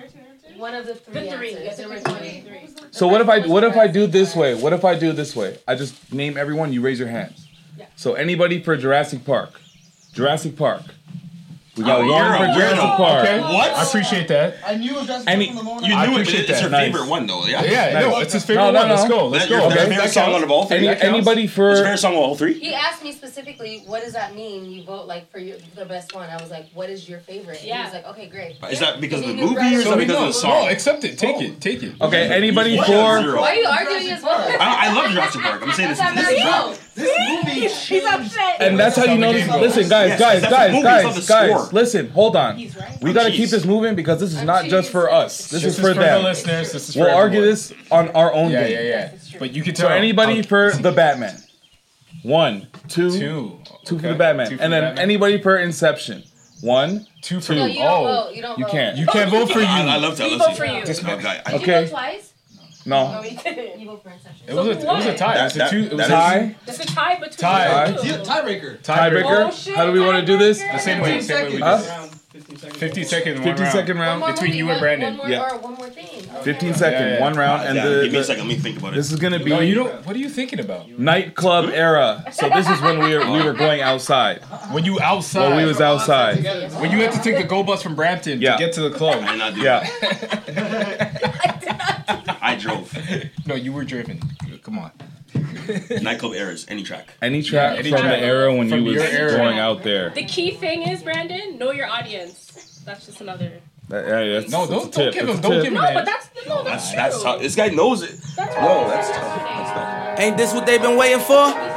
C: One of the three. The three. Answers. There were three.
B: So what if I? What if I do this way? What if I do this way? I just name everyone. You raise your hands. So anybody for Jurassic Park? Jurassic Park. We got
D: Oh,
B: one
D: you're a
B: for Jurassic
D: weirdo.
B: Park.
A: Okay.
D: What?
A: I appreciate that.
K: I knew it was just
B: Any-
K: from the moment.
D: you
B: I
D: knew it, but
B: appreciate
D: it's
B: that.
D: your
B: Nice.
D: favorite one though. Yeah.
A: Yeah,
B: Nice.
A: no, it's his favorite
B: No, no,
A: one. Let's
B: no.
A: go. Let's
D: That- your
A: go.
D: favorite
A: Okay. That
D: song out
A: counts.
D: of all three.
B: Any,
D: that counts?
B: anybody
D: It's your
B: for?
D: favorite song of all three.
C: He asked me specifically, what does that mean? You vote like for your, the best one. I was like, what is your favorite? And he
M: Yeah.
C: was like, okay, great.
D: Is that because of the
C: He knew
D: movie
C: right
D: or is
C: away.
D: that because of the
A: No,
D: song?
A: accept it. Take it. Take it.
B: Okay. Anybody
D: What?
B: for?
D: Zero.
C: Why are you arguing as well?
D: I, I love Jurassic Park. I'm saying this.
C: That's
D: this is
C: how
D: not-
C: that
K: This movie.
M: He's upset.
B: And that's how you know. This, listen, guys,
D: Yes,
B: guys,
D: that's
B: guys,
D: the movie, it's not
B: guys,
D: the score.
B: guys. Listen, hold on. We
D: I'm
B: gotta
D: cheese.
B: keep this moving because this is not just for us. This is for
A: the
B: them.
A: listeners. This is
B: We'll
A: for
B: argue
A: everyone.
B: this on our own
A: Yeah,
B: day.
A: yeah, yeah. But you can tell
B: So anybody
A: Okay.
B: for the Batman. One, two, two
A: two,
B: for the Batman,
A: Two for
B: and
A: the
B: then
A: Batman.
B: anybody for Inception. One,
A: two for
C: No,
A: the
C: you don't
A: oh.
C: vote. You don't
B: you
C: vote.
B: can't.
A: You can't vote for you.
D: I, I
M: We
D: love Tallahassee.
M: vote for you.
D: No, I- I-
C: Did you
B: Okay.
C: vote twice?
B: no.
M: he didn't.
C: You vote for Inception.
A: It was a it was a tie. It was a
D: That-
A: two. It was a
D: that- that
A: tie.
B: Tie,
M: It's a tie between
A: Tie.
M: the two.
K: Yeah, tiebreaker.
B: tiebreaker.
M: Oh, shit,
B: How do we want to do this?
M: tiebreaker.
A: The same way. Same way we
B: Huh?
A: did. it. Fifteen seconds. one
B: 15
A: round.
B: second
C: One
B: round.
C: more
A: Between
C: movie,
A: you and
C: one-
A: Brandon.
C: One more,
B: Yeah.
C: or one more thing. Okay.
B: 15 second,
A: yeah, yeah.
B: one round, and
D: yeah,
B: the,
D: Ah, give me a
B: the-
D: second. Let me think about it.
B: this is gonna be
A: No, you don't. What are you thinking about?
B: nightclub era. So this is when we were, we were going outside.
A: When you outside.
B: Well, we was outside.
A: When you had to take the go bus from Brampton
B: Yeah.
A: to get to the club.
D: I did not do
B: Yeah.
D: that. I drove.
A: No, you were driven. Come on.
D: Nightclub errors. Any track.
B: Any track
A: any
B: from the
A: track.
B: era when
A: From
B: you was
A: your era.
B: going out there.
M: The key thing is, Brandon, know your audience. That's just another.
B: That- yeah, that's-
A: No,
B: that's a
A: don't- don't
B: tip,
A: give
B: that's
A: him-
B: a
A: don't
B: tip.
A: give him-
M: No, but that's no, that's
D: That's
M: true.
D: that's tough. This guy knows it.
M: That's
D: No,
M: what-
D: that's tough. That's tough.
E: Ain't this what they've been waiting for?
C: Know your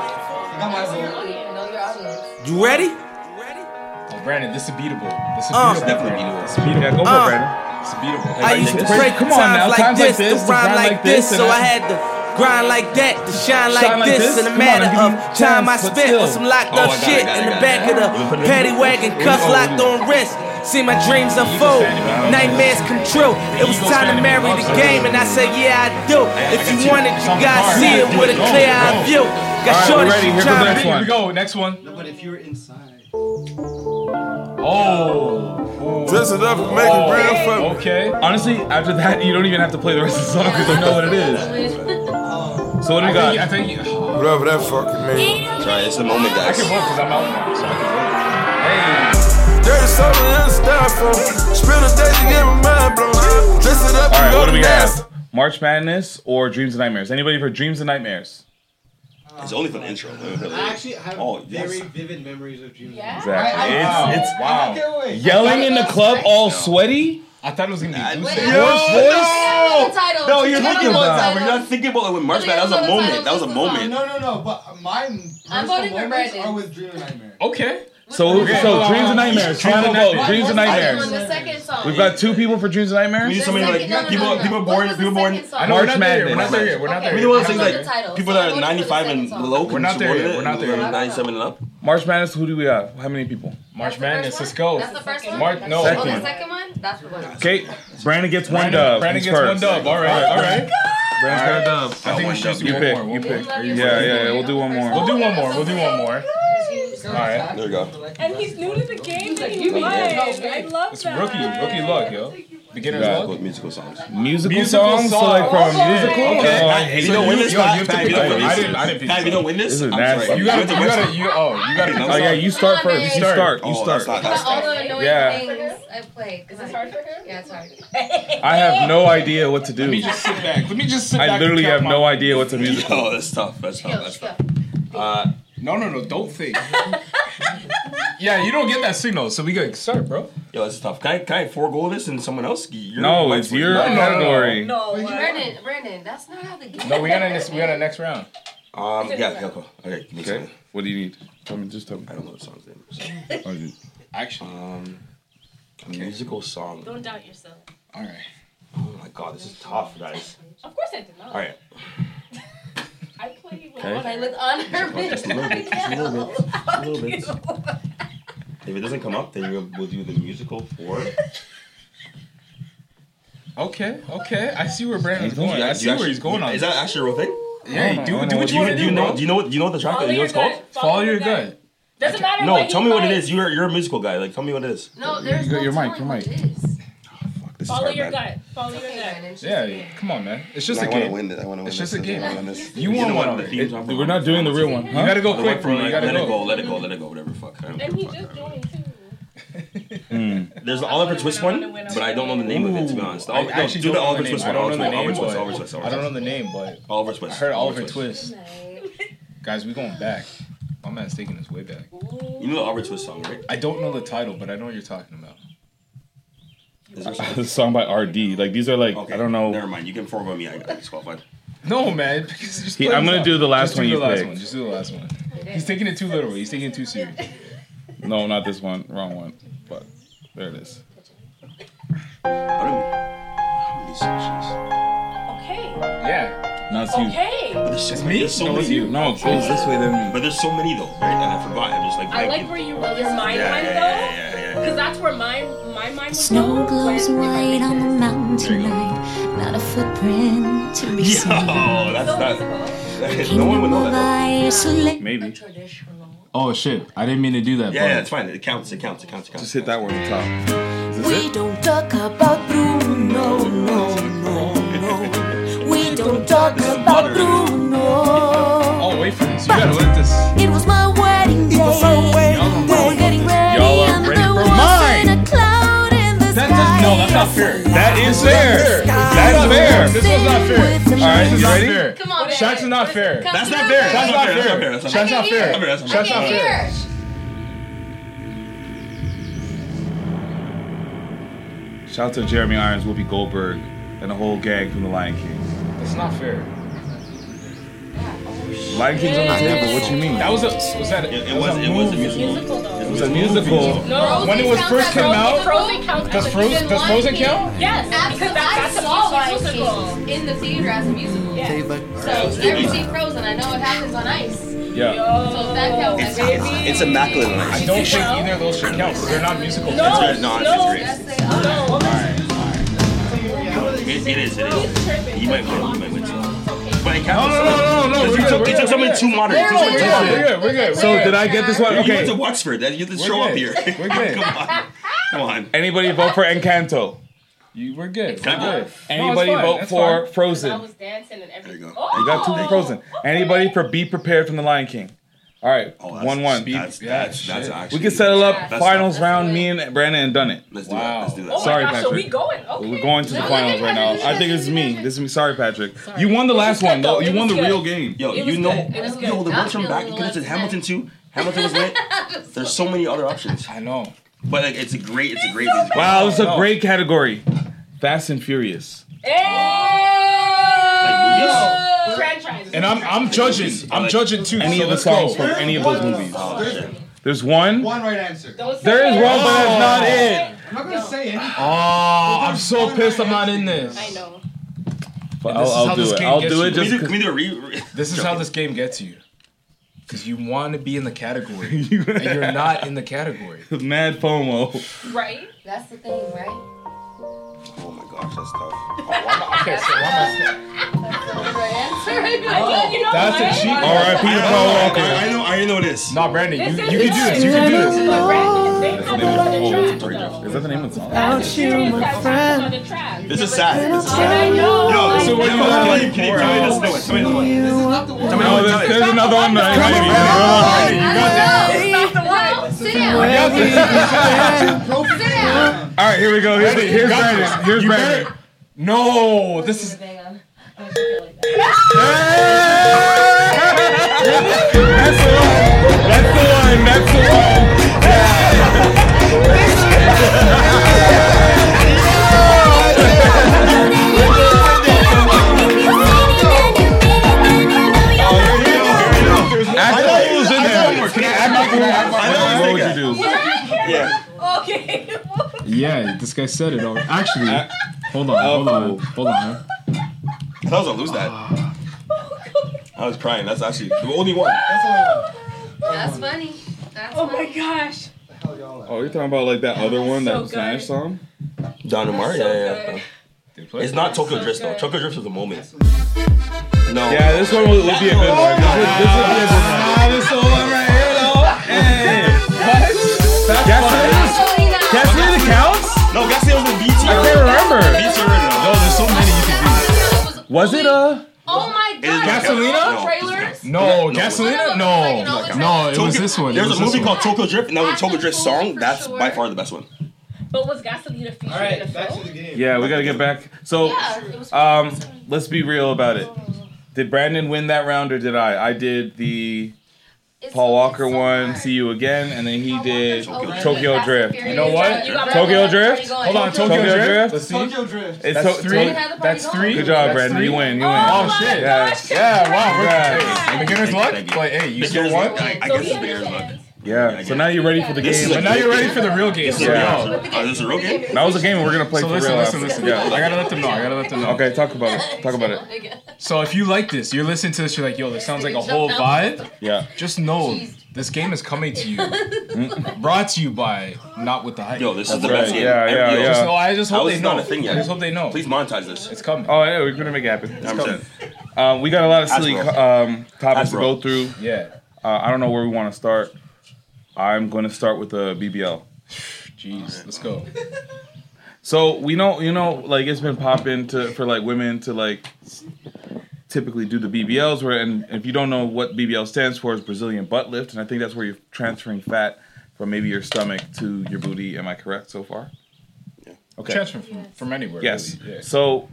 C: audience.
E: You ready?
A: Oh, Brandon, this is beatable. This is
E: Uh.
A: beatable.
D: Definitely
A: Brandon.
D: beatable.
B: Yeah, go for
E: Uh.
B: it, Brandon.
A: This is beatable.
E: I used to
B: this.
E: break
B: Come on
E: times
B: now,
E: like
B: times like
E: this,
B: this,
E: to rhyme like this,
B: and
E: so I
B: I-
E: had to grind like that, to shine like
B: Shine like
E: this.
B: this?
E: In a
B: Come on,
E: matter
B: give me
E: of
B: a
E: time, I
B: chance, but
E: spent
B: still.
E: on some locked
D: Oh,
E: up
D: I got it,
E: shit
D: I got it,
E: in the
D: I got
E: back
D: it.
E: of the
D: You put it in?
E: paddy wagon, cuffs locked on wrist. See my dreams unfold, nightmares come true. It was time to marry the game, and I said, Yeah, I do. If you want it, you gotta see it with a clear eye view. Got
B: All right,
E: shorty,
B: we're ready.
E: she
B: Here goes
E: tryna
B: the
E: be
B: next
A: Here we
B: one.
A: go. Next one.
K: But if you were inside,
A: Oh.
H: Dress it up and make it real for me.
A: Okay.
B: Honestly, after that, you don't even have to play the rest of the song because I know what it is. So what do we
A: I think, I
B: got?
A: think oh,
H: Whatever that fucking means.
D: That's right. It's the moment,
A: I
D: guys.
A: can vote because I'm out now. So I can
H: Dirty soda and styrofoam. Spend a day to get my mind blown. Dress it up
B: All
H: and
B: right,
H: go
B: what do
H: to
B: we
H: NASA.
B: have? March Madness or Dreams and Nightmares? Anybody for Dreams and Nightmares?
D: It's only for the intro.
K: I actually have
D: Oh, yes.
K: very vivid memories of June.
C: Yeah?
B: Exactly.
K: I- I-
B: It's,
A: vote. Wow.
B: it's yelling in the club all sweaty.
A: I thought it was gonna be Tuesday.
C: No! Title.
D: No, you're thinking about that.
C: Title.
D: We're not thinking about it with
C: No,
D: March
C: you
D: Madness. That was a
C: know the
D: moment. That was a
C: title of the
D: moment.
K: No, no, no. But mine personal
C: I'm voting for
K: memories
C: Brandon.
K: are with Dream and Nightmare.
A: Okay.
B: So,
A: Okay, hold
B: so Dreams
A: on, hold
B: and
A: on.
B: Nightmares.
A: Dreams
B: Dreams and
A: and
B: vote.
A: Nightmares.
B: Dreams and
C: What's the second
B: Nightmares.
C: one? The second song.
B: We've got two people for Dreams and
D: We
B: Nightmares.
D: need
C: What's
D: somebody
C: the
D: like
C: second- no, no,
D: people.
C: no,
D: People
C: no.
D: born.
C: What's the
D: People born.
C: second song?
A: I know we're
B: March
A: not there. We're
B: Madness.
A: not there yet. We're not
C: Okay.
A: there.
D: We
A: yet.
D: the ones
C: I
D: saying
C: know the
D: like
C: title,
D: people
C: so I
D: that are
C: voted for the
D: 95 and
C: second song.
D: below.
A: We're not there yet. We're not there yet.
D: 97 and up.
B: March Madness. Who do we have? How many people?
A: March
C: That's the first
A: Madness.
C: one?
A: Let's go.
C: That's the first one?
A: March. Oh. No.
C: Oh,
B: Second.
C: the second one? That's the one.
B: Okay, Brandon gets one
A: Brandon,
B: dub.
A: Brandon
B: He's
A: gets
B: first.
A: one dub. All right. All right.
B: Brand's got a dub.
A: I think we should just do
B: You
A: one
B: pick,
A: more.
B: you pick.
A: Are
B: Yeah,
A: ready?
B: yeah, yeah, we'll do one more.
A: We'll do one more. We'll do one more. All right.
D: There you go.
M: And he's new to the game and he
A: "You
M: won.
A: mean
M: I
A: this?"
M: love
A: It's
M: that.
A: rookie, rookie luck, yo. Beginner's
D: Yeah.
A: luck.
D: Musical songs.
B: Musical, songs, so like from musical.
A: Okay.
D: Oh,
B: Uh,
A: So you- yo, you have to pick one. I didn't. I didn't pick
D: Pat, you don't win this.
B: This is
D: I'm
B: nasty.
D: sorry.
A: You gotta. You gotta. You. Oh, you gotta.
B: Oh yeah, you start
C: Come on,
B: first. You
C: man.
B: start. You
D: Oh,
B: start.
D: that's not-
C: But all the annoying
B: Yeah.
C: things I played. Is this hard for her? Yeah, it's hard.
B: I have no idea what to do. Let me
A: just sit back. Let me just sit back
B: I
A: and
B: literally
A: count
B: have
A: my-
B: no idea what's a musical.
D: Oh, that's tough. That's tough. That's tough. Uh,
A: no, no, no. Don't think. yeah, you don't get that signal, so we gotta start, bro.
D: Yo, that's tough. Can I, can I forego this and someone else? You're
B: No, it's your category.
C: No, Brandon, Brandon, that's not how the game.
A: No, we got to we got to next round.
D: Um, yeah, yeah, cool. Okay, give me
B: Okay.
D: okay.
B: What do you need? Tell me. Just tell me.
D: I don't know the song's name.
B: Oh, you-
A: Actually,
D: um, a musical song.
M: Don't doubt yourself.
A: All right.
D: Oh my god, this is tough, guys.
M: Of course I did not.
D: All right.
M: I play with
D: Okay.
M: honor.
C: With honor,
D: Just a little bit. Just a little bit. Just a little bit. If it doesn't come up, then we'll, we'll do the musical for.
A: Okay, okay. I see where Brandon's
D: You
A: going. I
D: act-
A: see
D: you
A: where
D: actually-
A: he's going on.
D: Is that actually a real thing?
A: Yeah,
D: Oh,
A: do-
D: no,
A: do
D: no,
A: what you wanna
D: do.
A: do,
D: You know,
A: bro.
D: do you know what? Do you know what the track?
M: Follow
D: is? You know
M: your
D: what it's called?
M: gut. Follow your gut. Doesn't matter what
D: No,
M: he
D: tell me what it
M: plays.
D: is. You're you're a musical guy. Like, tell me what it is.
C: No, there's
B: you got
C: no
B: your mic,
C: telling
B: your
C: what
B: mic.
C: it is.
M: Follow your gut. Follow your gut.
A: Yeah, yeah, come on, man. It's just
D: I
A: a
D: wanna
A: game.
D: win this. I wanna win
A: it's
D: this.
A: just a
D: I
A: game.
D: wanna win this.
A: You
D: You
A: won
D: know what
A: one.
D: the
A: already.
D: themes are
B: it-
D: from.
B: we're not doing the real one. Huh?
A: You gotta go quick,
D: Like,
A: bro. You
D: like,
A: gotta
D: let
A: go.
D: it go. Let it go. Let it go. Whatever. Fuck. I don't
M: And
D: give a
M: he
D: fuck.
M: just joined too.
A: Hmm.
D: There's the Oliver Twist one, but I don't know the name of it to be honest.
A: I
D: Oliver, no,
A: actually
D: do the
A: don't know
D: Oliver
A: the
D: Twist
A: name. I
D: one.
A: don't
D: Oliver
A: know the
D: Twist. Oliver
A: name,
D: Twist.
A: but-
D: Oliver Twist.
A: I don't know the name, but
D: Oliver
A: I
D: Twist.
A: heard Oliver Twist. Guys, we going back. My man's taking us way back.
D: You know the Oliver Twist song, right?
A: I don't know the title, but I know what you're talking about.
D: Is there
B: This song by RD. Like these are like I don't know.
D: Never mind. You can forego me. I, I disqualified.
A: No, man. because just
B: He-
A: play
B: I'm
A: this
B: gonna
A: out.
B: do the last
A: Just do
B: one you
A: the last
B: picked.
A: one. Just do the last one. He's taking it too literally. He's taking it too serious.
B: No, not this one. Wrong one. But there it is.
D: How do we? How many sections?
M: Okay.
A: Yeah.
B: No, it's you.
M: Okay.
D: But there's so
A: It's
D: many-
A: me?
D: there's so
A: No,
D: many.
A: it's you.
B: No, it goes this way then me.
D: But there's so many though, right? And I forgot. I'm just like.
M: I like
D: blanking.
M: where you your mind
D: yeah,
M: went
D: yeah,
M: though.
D: yeah, yeah, yeah,
M: Because that's where my my mind was.
N: Snow
M: going
N: glows
M: when-
N: white on the mountain tonight, not a footprint to be
D: yeah.
N: seen.
D: Yo,
M: So
D: that's
M: musical.
D: not. no one would know that. though.
B: Maybe.
A: Oh shit! I didn't mean to do that.
D: Yeah, yeah, it's fine. It counts. It counts. It counts. It counts.
B: Just hit that one at the top.
N: We don't talk about Bruno, no, no, no. We don't talk about Bruno.
A: Oh, wait for this. You gotta let this.
N: It was my wedding day. We were getting ready,
B: Y'all are
N: and
B: ready
N: there
B: for
N: wasn't a cloud in the
A: That
N: sky.
A: does, no, that's not fair.
B: That is fair. That's fair.
A: This was not fair.
N: All
B: All right,
A: This is
B: you
A: not
B: ready?
A: fair.
C: Come on,
A: Shots are
C: Brandon.
A: not fair.
D: That's not fair. That's not
A: That's not
D: fair.
A: fair.
D: That's
A: Shots not fair.
D: That's not fair. That's
A: Shots
D: not
A: not
D: fair.
A: fair.
B: Shout out to Jeremy Irons, Whoopi Goldberg, and the whole gang from The Lion King.
A: That's not fair.
B: Lion King's on the table. What you mean?
A: That was a. Was that?
D: It,
A: A,
D: it was. It was a musical.
M: Musical though.
D: It
B: It's
D: was
B: a
D: a
B: musical.
M: No.
A: When it was first came out,
M: Frozen counts
A: does
M: as a
A: Frozen does Frozen count?
M: Yes, because
C: Absolutely.
M: that, that's
C: I
M: a
C: saw Lion
M: musical.
C: King in the theater as a musical.
M: Yeah.
C: So I've seen Frozen. I know what happens on ice. So
B: Yeah.
C: if that counts.
D: It's,
C: I guess.
D: it's, it's immaculate. Like,
A: I don't think either of those should count because they're not musical.
M: No,
D: It's great. No, it's-
M: no,
D: it's
C: Yes, they are.
M: no.
D: it, it is. It is. You might win. You might win. But it
A: No,
D: counts.
A: no, no, no, no. We're good.
D: You took,
A: We're
D: you took
A: good. We're
D: something
A: good.
D: too modern. You took
A: We're
D: something too modern.
A: good. We're good.
B: So did I get this one?
D: You went to
B: Okay.
D: Wexford. That you just
A: We're
D: show up
A: good.
D: here.
A: We're good.
D: Come on. Come on.
B: Anybody vote for Encanto?
A: You were good.
D: Can I
A: We're
D: vote?
A: good.
B: Anybody
A: No, it's fine.
B: vote
A: It's
B: for
A: fine.
M: I
B: Frozen?
M: was dancing and everything.
D: There you go.
M: Oh,
B: You got two for Frozen. Anybody for Be Prepared from The Lion King? All right,
D: Oh,
B: one
D: that's-
B: one one.
D: That's
A: Yeah,
D: that's that's
A: shit.
D: actually.
B: We can settle up
D: That's-
B: finals
D: that's-
B: round. Me and Brandon and done it.
D: Let's do
A: Wow.
D: that. Let's do
M: Oh
D: that.
M: my
B: Sorry,
M: gosh, so
B: Patrick.
M: we going? Okay.
B: We're going to the finals right now. I think it's me. This is me. Sorry, Patrick. You won the last
M: good,
B: one though.
M: though. It
B: You won the
M: was good.
B: real game.
D: Yo,
M: It
D: you
M: was
D: know,
M: good. It was
D: yo,
M: good.
D: the
C: I'm
D: ones from
C: feeling
D: back. You could have said
C: less
D: Hamilton
C: mad.
D: too. Hamilton was lit. There's so many other options,
A: I know.
D: but like, it's a great, it's a great. musical.
B: Wow, this is a
A: No.
B: great category. Fast and Furious.
M: Hey!
D: Like, movies?
M: Franchise.
A: And I'm I'm judging. I'm judging too.
B: Any
A: so
B: of the
A: let's
B: songs
A: go.
B: from any of those movies.
D: Oh, shit.
B: There's one.
K: One right answer.
M: Don't say
B: There is
M: it.
B: one, but that's not it.
K: I'm not gonna say it.
A: Oh, I'm so pissed. I'm not in this.
M: I know.
B: But
A: And
B: I'll,
A: this is
B: I'll
A: how
B: do
A: this
B: it.
A: game
B: I'll
A: gets
B: do
A: you.
B: it
D: Can we
B: just
D: do, can
B: 'cause-
D: we do a re? re-
A: This is how this game gets you. Because you want to be in the category, and you're not in the category.
B: mad FOMO.
M: Right?
C: That's the thing, right?
D: Oh my god. Gosh, that's tough.
A: Okay, so I'm
M: That's a cheat.
B: R.I.P. to Paul Walker. I
D: know, I know this.
A: Nah, Brandon, you, you can do this. You can do this.
B: Is that the name of the song?
A: Without you, my friend.
D: This is sad.
M: "Oh,
D: This is sad.
A: I know.
D: Yo, so what do you want to
A: Can you tell me this?
D: do? Somebody do it.
B: No, there's, there's another one. That I All right, here we go. Here's,
A: Ready?
B: here's
A: Got
B: Brandon.
A: this.
B: Here's
A: You
B: Brandon.
A: No, this is.
B: I know it was in there. Can I add my can I add my-
A: What would you do?
M: Okay.
A: Yeah, this guy said it all. Actually,
B: Uh,
A: hold on, hold
B: oh.
A: on, hold on.
D: I was gonna lose that. I was crying. That's actually the only one.
C: That's funny. That's oh my
M: gosh.
B: Oh, you're talking about like that other one, that Smash song?
D: Don Omar?
B: That's
D: yeah,
B: so
D: yeah, yeah. It's not Tokyo Drift though. Tokyo Drift was a moment. No.
B: Yeah, this one would, would be a good one. This would, this would be a good one.
D: Gasoline counts? No, Gasoline was the BT. I
B: can't remember.
D: BT original. No, there's so many you can
B: Was it a?
M: Oh my
D: Is
M: god.
D: Gasolina?
M: Trailers?
A: No, Gasolina? No. No, it was
D: Tokyo-
A: this one. It
D: There was a
A: this
D: movie
A: one.
D: called Tokyo Drift, and that was a Tokyo Drift song. That's by far the best one.
M: But was Gasolina featured in the film?
B: Yeah, we gotta get back. So, um, let's be real about it.
A: Oh.
B: Did Brandon win that round or did I? I did the Paul Walker one, "See You Again," and then he did
A: Drift.
B: Tokyo
A: That's
B: Drift.
A: You know what? You got
B: Tokyo
A: Brandon.
B: Drift.
A: Where you going? Hold on, Tokyo Drift? Let's see. Tokyo Drift.
B: It's
A: That's
B: to-
A: three.
B: to-
A: That's three.
B: Good job,
A: That's
B: Brandon.
A: three.
B: You win. You
A: Oh
B: win.
A: my gosh,
B: Yeah.
A: congrats.
B: Wow.
A: Wow. Beginner's luck? Like, hey, you still won?
D: I guess it's beginner's luck.
B: Yeah. So now you're ready for the
D: This is
B: game.
D: a
A: But now
D: real
A: you're ready
D: game.
A: for the real game.
D: This is a
B: Yeah.
D: real- Oh, this is a real game?
B: That was a game we're gonna play
A: So
B: for
A: listen,
B: real.
A: listen,
B: after.
A: listen.
B: Yeah.
A: I gotta let them know. I gotta let them know.
B: Okay, talk about it. Talk about it.
A: So if you like this, you're listening to this, you're like, yo, this sounds like a whole vibe.
B: Yeah.
A: Just know this game is coming to you. Brought to you by Not With The Hype.
D: Yo, this is the best game. Every- yo,
A: Just know- I just
D: How
A: hope
D: is
A: they
D: this
A: know.
D: not a thing yet?
A: I just hope they know.
D: Please monetize this.
A: It's coming.
B: Oh yeah, we're gonna make it happen. It's
D: I'm
B: coming.
D: saying.
B: Um, we got a lot of silly
D: Hasbro.
B: um, topics to
D: Hasbro.
B: go through.
A: Yeah.
B: Uh, I don't know where we want to start. I'm going to start with the BBL.
A: Jeez, let's go.
B: So we know, you know, like it's been popping to for like women to like typically do the BBLs. Where and if you don't know what BBL stands for, is Brazilian butt lift, and I think that's where you're transferring fat from maybe your stomach to your booty. Am I correct so far? Okay.
A: Transfer from, from anywhere.
B: Yes.
A: really. Yeah.
B: So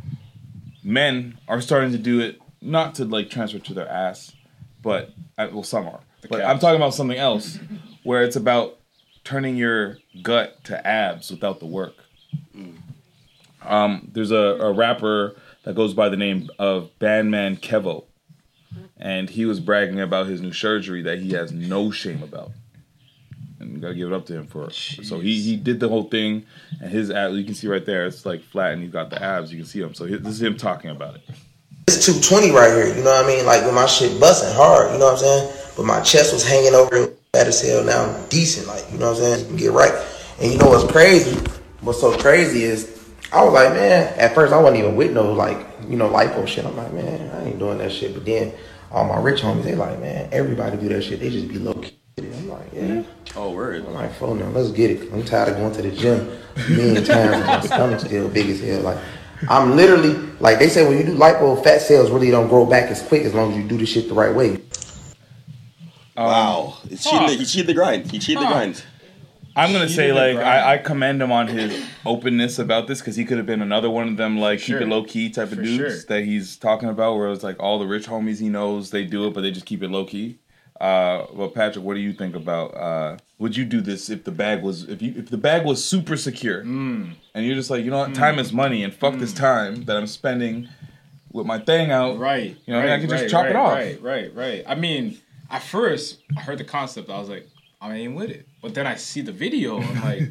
B: men are starting to do it not to like transfer to their ass, but uh, well some are. But I'm talking about something else where it's about turning your gut to abs without the work. Um, there's a, a rapper that goes by the name of Bandman Kevo, and he was bragging about his new surgery that he has no shame about. And you gotta give it up to him for it. So he, he did the whole thing, and his abs, you can see right there, it's like flat, and he's got the abs, you can see him. So he, this is him talking about it.
O: It's 220 right here, you know what I mean? Like when my shit busting hard, you know what I'm saying? But my chest was hanging over and fat as hell. Now I'm decent, like, you know what I'm saying? You can get right. And you know what's crazy? What's so crazy is I was like, man, at first I wasn't even with no like, you know, lipo shit. I'm like, man, I ain't doing that shit. But then all my rich homies, they like, man, everybody do that shit. They just be low key. I'm like, yeah.
D: Oh, word.
O: I'm like, fuck now, let's get it. I'm tired of going to the gym million times. and My stomach's still big as hell. Like, I'm literally like they say when you do lipo, fat cells really don't grow back as quick as long as you do the shit the right way.
D: Wow. It's cheating the- He cheated the grind. He cheated the
B: Huh.
D: grind.
B: I'm gonna
D: He
B: say
D: did it
B: like
D: right.
B: I, I commend him on his openness about this because he could have been another one of them like keep it low key type of
A: For
B: dudes
A: sure.
B: that he's talking about where it's like all the rich homies he knows they do it but they just keep it low key. Uh, well, Patrick, what do you think about? Uh, would you do this if the bag was if you if the bag was super secure
A: Hmm.
B: and you're just like you know what
A: Mm.
B: time is money and fuck this time that I'm spending with my thing out
A: Right.
B: you know what I mean? I can just
A: right,
B: chop
A: right,
B: it off
A: Right, right, right. I mean, at first I heard the concept, I was like, I ain't with it. But then I see the video, and I'm like,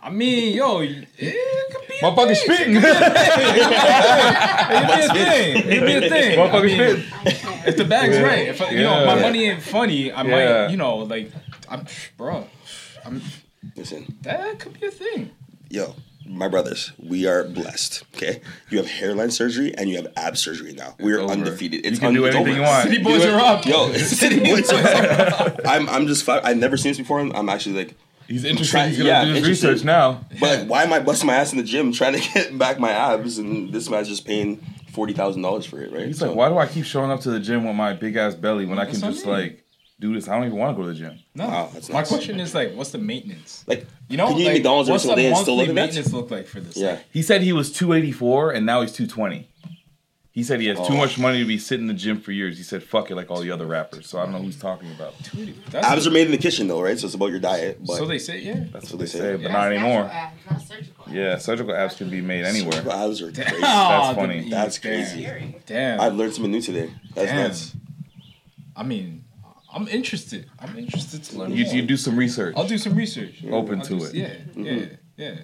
A: I mean, yo, it could be
B: Motherfucker
A: a
B: spitting.
A: thing. It could be a thing. It could be a thing.
B: Motherfucker
A: I mean,
B: spitting.
A: If the bag's
B: Yeah.
A: right, if I- you know if my
B: Yeah.
A: money ain't funny, I
B: Yeah.
A: might, you know, like, I'm, bro, I'm,
D: listen,
A: that could be a thing.
D: yo, my brothers, we are blessed. Okay, you have hairline surgery and you have ab surgery now. We are undefeated. It's
B: You can do
D: it's
B: anything you want. City boys
D: Do it.
B: are up.
D: Yo, city boys are up. I'm I'm just fi- I've never seen this before. I'm, I'm actually like.
B: He's
D: interested.
B: interested. He's gonna do his research now.
D: But like, why am I busting my ass in the gym trying to get back my abs, and this man's just paying forty thousand dollars for it, right?
B: He's like, why do I keep showing up to the gym with my big ass belly when I can
A: That's what I
B: just
A: mean.
B: like do this? I don't even want to go to the gym.
A: No, my question is like, what's the maintenance?
D: Like,
A: you know,
B: can you eat
A: like,
B: McDonald's every
A: what's
B: single
A: the
B: day and still
A: monthly
B: look at that?
A: maintenance look like for this?
B: Yeah. He said he was 284 and now he's 220. He said he has too
A: Oh.
B: much money to be sitting in the gym for years. He said, fuck it, like all the other rappers. So I don't know who he's talking about.
A: That's-
D: abs are made in the kitchen though, right? So it's about your diet. But
A: So they say, yeah.
D: that's what they say.
B: but not anymore.
C: Not surgical.
B: Yeah, surgical abs can be made anywhere.
D: Surgical abs are
A: Oh,
D: crazy.
B: That's funny.
D: That's crazy.
A: Damn.
D: I've learned something new today. That's
A: Damn.
D: nuts.
A: I mean, I'm interested. I'm interested to learn.
B: You,
A: more.
B: you do some research.
A: I'll do some research.
B: Open
A: I'll
B: to
A: do s-
B: it.
A: Yeah, yeah,
D: Mhm.
A: yeah.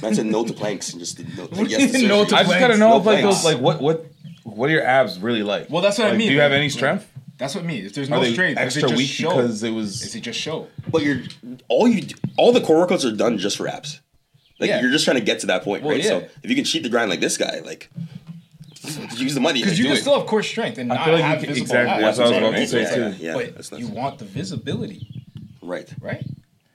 D: That's a no to planks and just a no,
A: What
D: like,
A: do
D: yes
A: you mean no
D: surgery.
A: to
B: I just gotta know if, like
D: planks.
B: those like what what what are your abs really like?
A: Well, that's what I
B: Like,
A: mean.
B: Do you have
A: like-
B: any strength?
A: That's what I mean. If there's
B: Are
A: no
B: they
A: strength, is
B: extra
A: it just
B: weak
A: show?
B: because it was-
A: Is it just show?
D: But you're all you all the core workouts are done just for abs. Like
A: Yeah.
D: you're just trying to get to that point,
A: Well,
D: right?
A: yeah.
D: So if you can cheat the grind like this guy, like use the money.
A: Because
D: like,
A: you
D: do
A: can
D: it.
A: still have core strength and
D: I
A: not
D: feel like you
A: have
D: can-
A: visible
D: exactly,
A: abs.
D: that's what I was
A: You know
D: about to
A: I mean?
D: say, too. Yeah, yeah, that's
A: but
D: nuts.
A: you want the visibility,
D: right?
A: Right.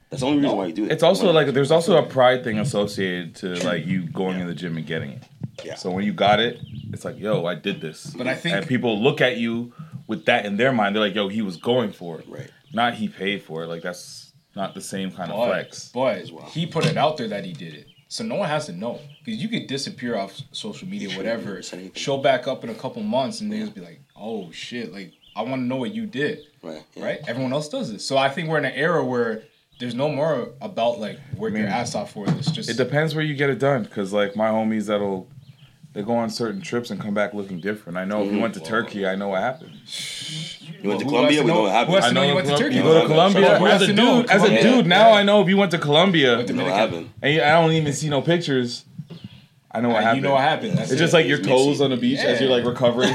D: That's the only reason why you do it.
B: It's also like there's also a pride thing associated to like you going in the gym and getting it.
D: Yeah.
B: So when you got it, it's like, yo, I did this.
A: But I think-
B: and people look at you with that in their mind. They're like, yo, he was going for it. Right. Not he paid for it. Like that's not the same kind of flex.
A: but, but he put it out there that he did it, so no one has to know. Because you could disappear off social media, whatever, show back up in a couple months, and niggas be like, "Oh shit!" Like I want to know what you did,
D: right?
A: Right? Everyone else does this, so I think we're in an era where there's no more about like work your ass off for this. Just
B: It depends where you get it done, because like my homies that'll they go on certain trips and come back looking different. I know if you
A: Mhm.
B: went to Turkey, I know what happened.
D: Mm-hmm. You went to Colombia, we know what happened.
B: I know
D: Col-
B: You go to Colombia
D: Who
B: as a
D: has to know?
B: dude. As a
D: Colombia.
B: dude, now I know if you went to Colombia,
D: With Dominican. happened.
B: and you- I don't even see no pictures. I know what
A: And
B: happened.
A: Uh, you know what happened. That's
B: it's
A: it.
B: just like your
A: Just makes
B: toes
A: you-
B: on the beach as
A: Yeah.
B: you're like recovering.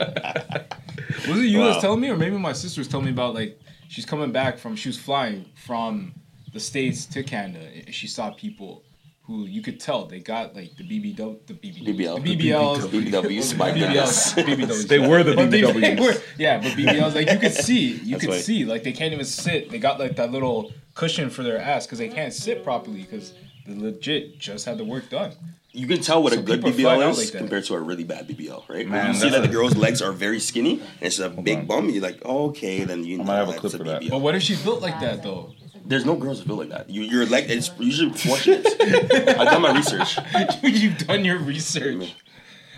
A: Was it you that was
B: Wow.
A: telling me, or maybe my sister was telling me about like she's coming back from she was flying from the states to Canada, and she saw people who you could tell they got like the BBW, the BBW,
D: BBL.
A: the BBLs,
D: The BBWs, my goodness.
A: BBLs,
D: They were the
A: But They,
D: BBWs.
A: were, yeah, but BBLs like you could see, you
D: That's
A: could
D: right.
A: see like they can't even sit. They got like that little cushion for their ass because they can't sit properly because they legit just had the work done.
D: You can tell what
A: So
D: a good
A: people find
D: BBL
A: out
D: is
A: like that.
D: compared to a really bad BBL, right?
A: Man,
D: when you see
A: that's
D: that the
A: a-
D: girl's legs are very skinny and it's a big bum, you're like, oh, okay, then you know might have a clip for that.
A: But what if she's built like that though?
D: There's no girls that feel like that. You, your leg, it's usually proportionate. I've done my research.
A: You've done your research.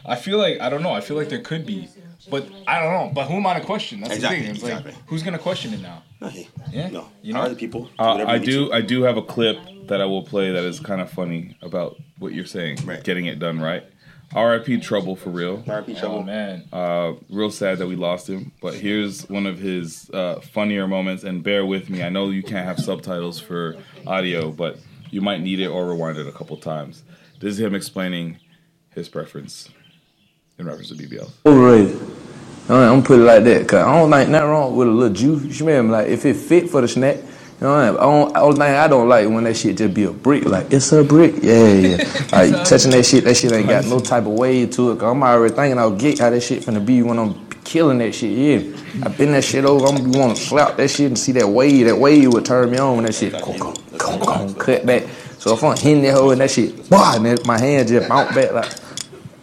A: I feel like I don't know. I feel like there could be, but I don't know. But who am I to question? That's
D: Exactly,
A: the thing. It's
D: exactly.
A: like who's gonna question it now? Yeah.
D: No.
A: You know
D: Other people.
B: Uh,
D: whatever
B: I
D: you need to.
B: do. I do have a clip that I will play that is kind of funny about what you're saying. Getting it done right. R.I.P. Trouble for real.
D: R.I.P.
A: Trouble. Oh, man.
B: Uh, real sad that we lost him. But here's one of his uh, funnier moments. And bear with me. I know you can't have subtitles for audio, but you might need it or rewind it a couple times. This is him explaining his preference in reference to BBL.
P: Overrated. Alright, I'm gonna put it like that, cause I don't like nothing wrong with a little juice. You smell me? Like if it fit for the snack, you know what I mean? I don't, only thing I don't like when that shit just be a brick. Like it's a brick, yeah, yeah. like touching that shit, that shit ain't got no type of way to it. Cause I'm already thinking I'll get how that shit finna be when I'm killing that shit. Yeah, I bend that shit over. I'm gonna wanna slap that shit and see that wave. That wave would turn me on when that shit cut back. So if I'm hitting that hoe and that shit, bah, and then my hand just bounce back like.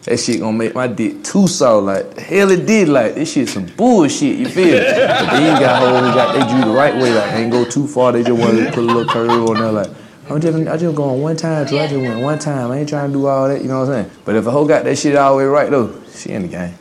P: That shit gonna make my dick too soft. Like the hell it did. Like this shit some bullshit. You feel? me? but then you got hoes who got they do the right way. Like ain't go too far. They just want to put a little curve on there. Like I'm just I just going one time. till I just went one time. I ain't trying to do all that. You know what I'm saying? But if a hoe got that shit all the way right though, she in the game.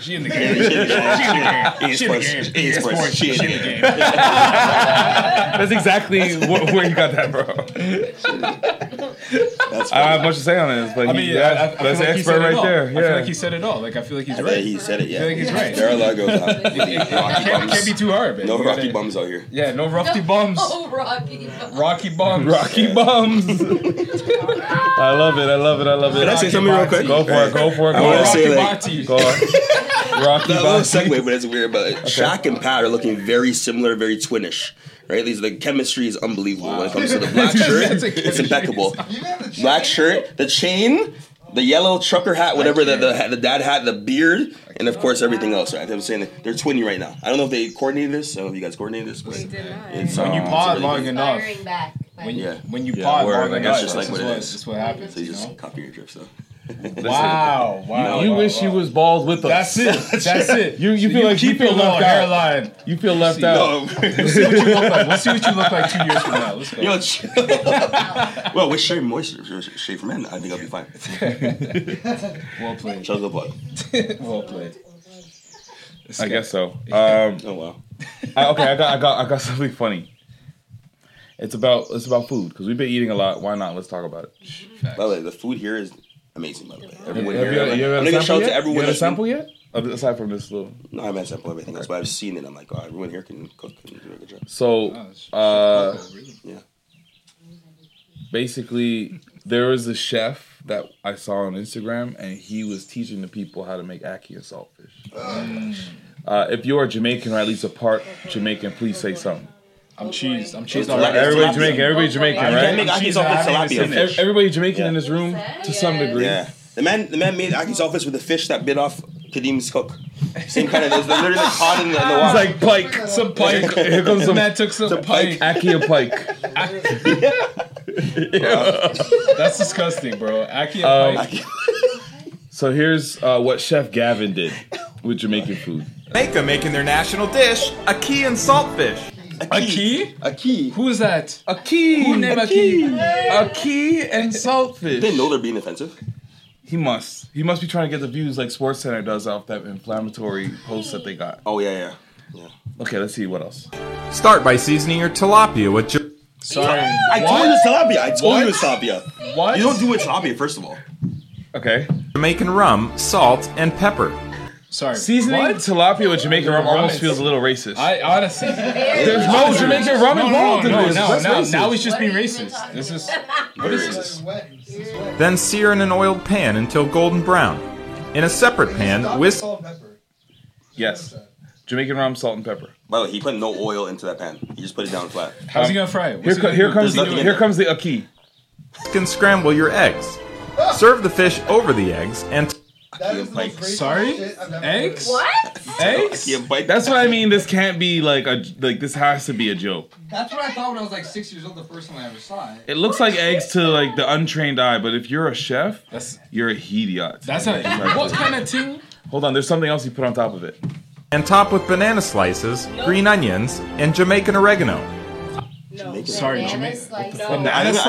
A: She in the game. She in the game. She in the game.
D: She in the game. She in the game. She in the game.
B: That's exactly wh- where you got that, bro. I don't have much to say on this, but
A: I
B: he-
A: mean,
B: yeah,
A: I, I, I feel
B: that's
A: like
B: an
A: he said
B: expert
A: it
B: right
A: all.
B: there.
A: I
B: Yeah.
A: feel like he said it all. Like I feel like he's
D: I
A: right.
D: think he said it. Yeah,
A: I feel like he's right.
D: There are a lot goes on. Rocky
A: Can't,
D: bums.
A: can't be too hard, man.
D: No
A: You
D: rocky
A: gotta-
D: bums out here.
A: Yeah, no rocky bums.
C: Oh, Rocky bums.
A: Rocky bums.
B: Rocky bums. I love it. I love it. I love it.
D: Can I say something real quick?
B: Go for it. Go for it.
D: I
B: Go
D: wanna
B: for
D: say,
B: it.
D: like-
B: Go on. Rocky
D: that little
B: Bobby.
D: segue, but it's weird. But Shaq and Pat are looking very similar, very twinnish, Right? These the chemistry is unbelievable when it comes to the black shirt. it's impeccable. Black shirt, the chain, the yellow trucker hat, whatever the, the the dad hat, the beard, and of course everything else. Right? I'm saying they're twinning right now. I don't know if they coordinated this. I don't know if you guys coordinated this. But it's,
A: When you
D: um,
A: pause
D: it's really
A: long
D: good.
A: enough,
C: Firing back. Like,
A: when you
D: Yeah.
A: when you
D: Yeah,
A: pause
D: word,
A: long
D: like,
A: enough,
D: that's just
A: that's
D: like
A: what,
D: what it is.
A: that's what happens.
D: So you
A: you
D: just
A: know?
D: copy your drips though.
A: Wow, wow,
B: you
A: wow,
B: wish
A: wow.
B: you was bald with us.
A: That's it. That's it.
B: You you
A: So
B: feel like
A: keep
B: you
A: your
B: feel
A: low
B: left out.
A: hairline.
B: You feel left
A: See,
B: out.
A: We'll see what you look like. We'll see what you look like two years from now. Let's go.
D: Yo, chill. well, with Shea Moisture, Shea for Men, I think I'll be fine.
A: well played.
D: Chug the plug.
A: well played.
B: I guess so. Um,
D: oh wow.
B: I, okay, I got I got I got something funny. It's about it's about food because we've been eating a lot. Why not? Let's talk about it.
D: By the way, the food here is amazing. By the way, everyone
B: Have
D: here.
B: you had-
D: like,
B: you had a
D: I'm not
B: sample
D: gonna shout out
B: yet?
D: to everyone.
B: You had a
D: that's been-
B: sample yet? Ab- Aside from this little.
D: No, I haven't sampled everything else, but I've seen it. I'm like, oh, everyone here can cook and do a good job.
A: Oh,
B: So, uh,
D: yeah.
B: Basically, there was a chef that I saw on Instagram, and he was teaching the people how to make ackee and saltfish.
A: Oh,
B: Uh, if you are Jamaican or at least a part Jamaican, please say something.
A: I'm cheesed. I'm
B: Cheese
A: cheesed
B: on
A: already.
B: Everybody Jamaican. Everybody Jamaican,
D: I
B: right?
D: can't make ackee saltfish
B: I haven't
D: tilapia
B: seen
D: fish.
B: it. Everybody Jamaican in this room to some degree.
D: Yeah. The man, the man made Aki's office with the fish that bit off Kadim's hook. Same kind of. It was literally like caught in the, in the
B: It's
D: water.
B: like pike, some pike. Here comes some.
A: Matt took some pike.
B: Aki and pike.
A: That's disgusting, bro. Aki
B: Um,
A: and Pike.
B: So here's uh, what Chef Gavin did with Jamaican food.
Q: Jamaica making their national dish, a key and saltfish.
A: A key?
D: A key.
A: Who is that?
B: A key.
A: Who named a key?
B: A key and saltfish.
D: They know they're being offensive.
B: He must. He must be trying to get the views like Sports Center does off that inflammatory post that they got.
D: Oh yeah, yeah.
B: Okay, let's see what else.
Q: Start by seasoning your tilapia with your.
A: Sorry.
D: I told you it's tilapia. I told you it's tilapia.
A: What?
D: You don't do it tilapia, first of all.
B: Okay.
Q: Jamaican rum, salt, and pepper.
A: Sorry.
B: Seasoning
A: what?
B: tilapia with Jamaican rum
A: Rum
B: almost
A: is-
B: feels a little racist.
A: I honestly.
B: There's no
A: Oh,
B: Jamaican rum
A: No, no,
B: involved in
A: no,
B: this.
A: No,
B: That's
A: now,
B: racist.
A: now he's just being racist. This is. What is this?
Q: Then sear in an oiled pan until golden brown. In a separate pan, whisk.
B: Yes. Jamaican rum, salt, and pepper.
D: By the way, he put no oil into that pan. He just put it down flat. Um,
A: How's he gonna fry it?
B: Here,
A: What's
B: co-
A: he
B: here
A: gonna
B: comes
A: do?
B: the,
A: There's nothing in
B: here comes the aki.
Q: Can scramble your eggs.
A: Ah!
Q: Serve the fish over the eggs and.
A: Sorry? Eggs?
M: What?
B: Eggs? That's what I mean. This can't be like a like. This has to be a joke.
R: That's what I thought when I was like six years old the first time I ever saw it.
B: It looks like eggs to like the untrained eye, but if you're a chef, you're a idiot.
A: That's a. What kind of thing?
B: Hold on, there's something else you put on top of it.
Q: And top with banana slices, green onions, and Jamaican oregano.
A: Sorry, Jamaican.
C: Slice.
D: I think- I think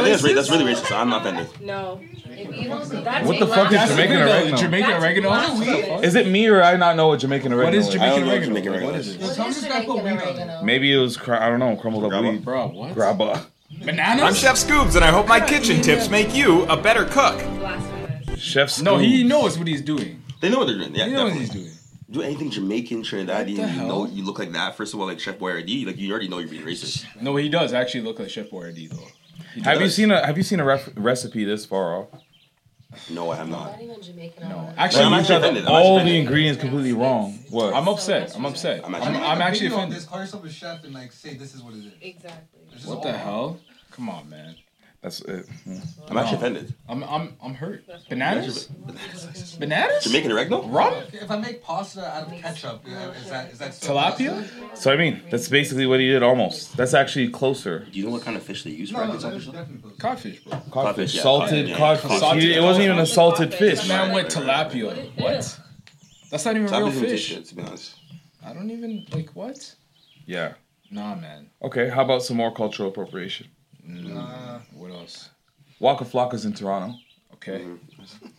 D: that's, ra- that's really racist. I'm not offended.
M: No.
C: If you don't do
M: That's
B: What the fuck is Jamaican oregano?
A: Jamaican oregano? What the fuck?
B: Is it me or I not know what Jamaican oregano
A: What is
B: is?
A: Jamaican
B: I don't know
A: oregano?
B: Jamaican
A: What
B: oregano
A: is
B: is.
A: it?
C: Sometimes gotta put weed on it.
B: Maybe it was cr- I don't know crumbled up weed.
A: Bro, what?
B: Grabba.
A: Bananas?
Q: I'm Chef Scoobs, and I hope my kitchen tips make you a better cook.
B: Chef's
A: No, he knows what he's doing.
D: They know what they're doing. Yeah,
A: They know what
D: definitely.
A: he's doing.
D: Do anything Jamaican, Trinidadian,
A: the
D: you know
A: hell?
D: you look like that. First of all, like Chef Boyardee, like you already know you're being racist.
A: No, he does actually look like Chef Boyardee though. He
B: Have you
A: does.
B: seen a Have you seen a ref- recipe this far off?
D: No, I have not.
A: No,
B: Actually,
A: actually,
B: you
A: I'm actually
B: got
A: offended. I'm
B: all
A: actually
B: the
A: offended.
B: ingredients completely wrong. What?
A: I'm upset. I'm upset. I'm,
B: actually-
A: I'm actually offended.
R: Just call yourself a chef and like say this is what it is.
M: Exactly.
A: What the hell? Come on, man.
B: That's it.
D: I'm actually offended.
A: I'm I'm I'm hurt. Bananas? Bananas?
D: Jamaican oregano?
A: Rum?
R: If I make pasta out of ketchup, yeah, is that is that still
A: Tilapia?
B: So I mean, that's basically what he did. Almost. That's actually closer.
D: Do you know what kind of fish they use
R: No, no, there's definitely.
A: Codfish, bro.
B: Codfish,
D: yeah,
B: salted
D: yeah,
B: codfish.
A: Salted
B: He- it wasn't even a
A: codfish.
B: salted fish.
A: This man went tilapia. What? That's not even
D: Tilapia
A: real
D: doesn't taste
A: fish.
D: good, to be honest.
A: I don't even like what?
B: Yeah.
A: Nah, man.
B: Okay. How about some more cultural appropriation?
A: Nah. Mm, What else?
B: Waka Flocka's in Toronto.
A: Okay.
D: Mm.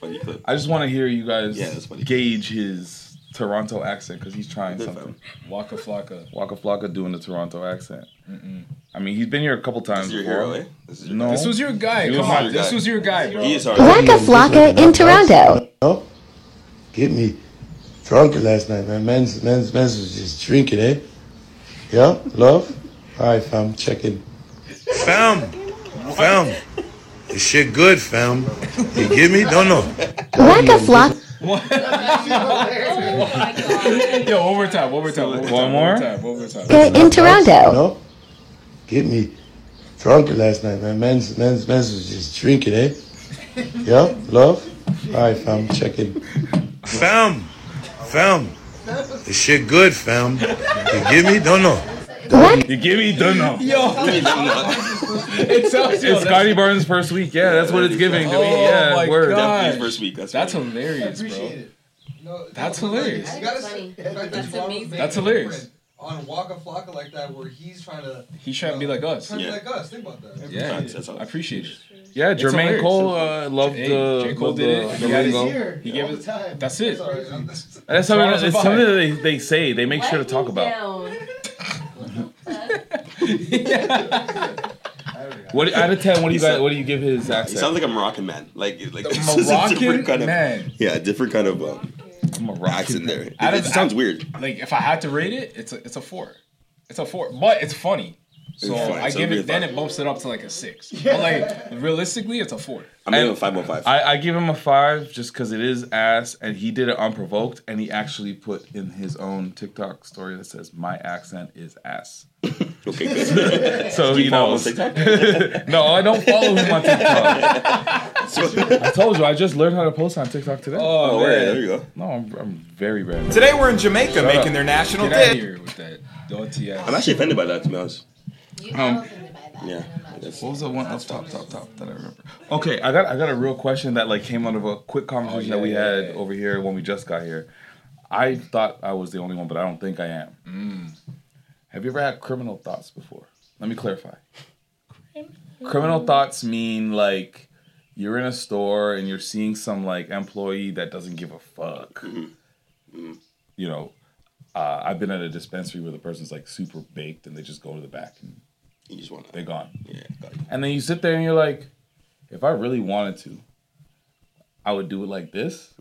D: Funny clip.
B: I just want to hear you guys
D: Yeah, that's funny.
B: gauge his Toronto accent because he's trying
D: Good
B: something.
A: Waka Flocka.
B: Waka Flocka doing the Toronto accent.
A: Mm-mm.
B: I mean, he's been here a couple times.
D: is your
B: before.
D: hero, eh?
B: no,
A: This was your guy.
B: He
A: Come
B: was
A: on.
B: my
A: This
B: guy.
A: was your guy, bro.
D: He is our
S: Waka Flocka in Toronto.
T: Oh, get me drunk last night, man. Men's, men's, men's was just drinking, eh? Yeah, love? All right, fam, check in. Fam, fam, this shit good, fam. You get me? Don't know.
S: Waka Flocka.
A: Yo, one more time. One more time. One more time.
B: more?
A: One more time. One more time.
S: in Toronto.
T: No, get me drunk last night, man. Men's, men's, men's was just drinking, eh? Yeah, love? All right, fam, check in.
U: Fam, fam, this shit good, fam. You give me? Don't know.
B: What? You give me? Don't know.
A: It sounds- yo,
B: it's Scotty Barnes' first week. Yeah, that's what it's giving to me.
A: Oh
B: Yeah,
A: my
B: word.
A: gosh. Definitely
D: first week. That's,
A: That's hilarious, bro. That's hilarious.
R: You gotta see.
A: That's amazing. That's hilarious.
R: On Waka Flocka like that, where he's trying to.
A: He trying to be like us.
R: Trying to be like us. Think about that.
A: Yeah, I appreciate it.
B: Yeah,
A: It's
B: Jermaine
A: hilarious.
B: Cole uh, loved
A: Hey,
B: the.
A: J. Cole
B: loved
A: did it.
B: the-
A: He
B: the
A: got his
B: lingo.
A: ear. He gave it. That's it.
B: That's something.
A: That's all
B: It's
A: about
B: something
A: it.
B: that they, they say. They make sure to talk about. What out of ten? What do you
D: He
B: guys?
D: sound-
B: What do you give his accent?
D: He sounds like a Moroccan man. Like like
B: The
D: it's a
B: Moroccan
D: different kind of
A: man.
D: yeah, a different kind of um, accent there. It,
A: Out
D: it
A: of-
D: sounds weird.
A: Like if I had to rate it, it's a it's a four. It's a four, but it's funny.
D: It's
A: So
D: funny,
A: I
D: so
A: give
D: it'd
A: it.
D: be a
A: Then it bumps it up to like a six. But like realistically, it's a four.
D: I'm giving him a five on five.
B: I, I give him a five just because it is ass, and he did it unprovoked, and he actually put in his own TikTok story that says, "My accent is ass."
D: okay, good.
B: so
D: Do you
B: he
D: follow
B: knows.
D: him on TikTok?
B: no, I don't follow him on TikTok. I told you, I just learned how to post on TikTok today.
D: Oh,
B: man.
D: word, there you go.
B: No, I'm, I'm very random.
Q: Today we're in Jamaica
B: Shut
Q: making
B: up.
Q: their national
B: Get outta
Q: day.
B: here with that dirty ass.
D: I'm actually offended by that, to be honest.
B: Um,
D: Yeah.
B: What was the one up top, top, top that I remember? Okay, I got I got a real question that like came out of a quick conversation
A: Oh, yeah,
B: that we
A: yeah,
B: had over here when we just got here. I thought I was the only one, but I don't think I am.
A: Mm.
B: Have you ever had criminal thoughts before? Let me clarify. Criminal thoughts mean like you're in a store and you're seeing some like employee that doesn't give a fuck. You know, uh, I've been at a dispensary where the person's like super baked and they just go to the back and
D: you just want
B: they're gone. Yeah, and then you sit there and you're like, if I really wanted to, I would do it like this.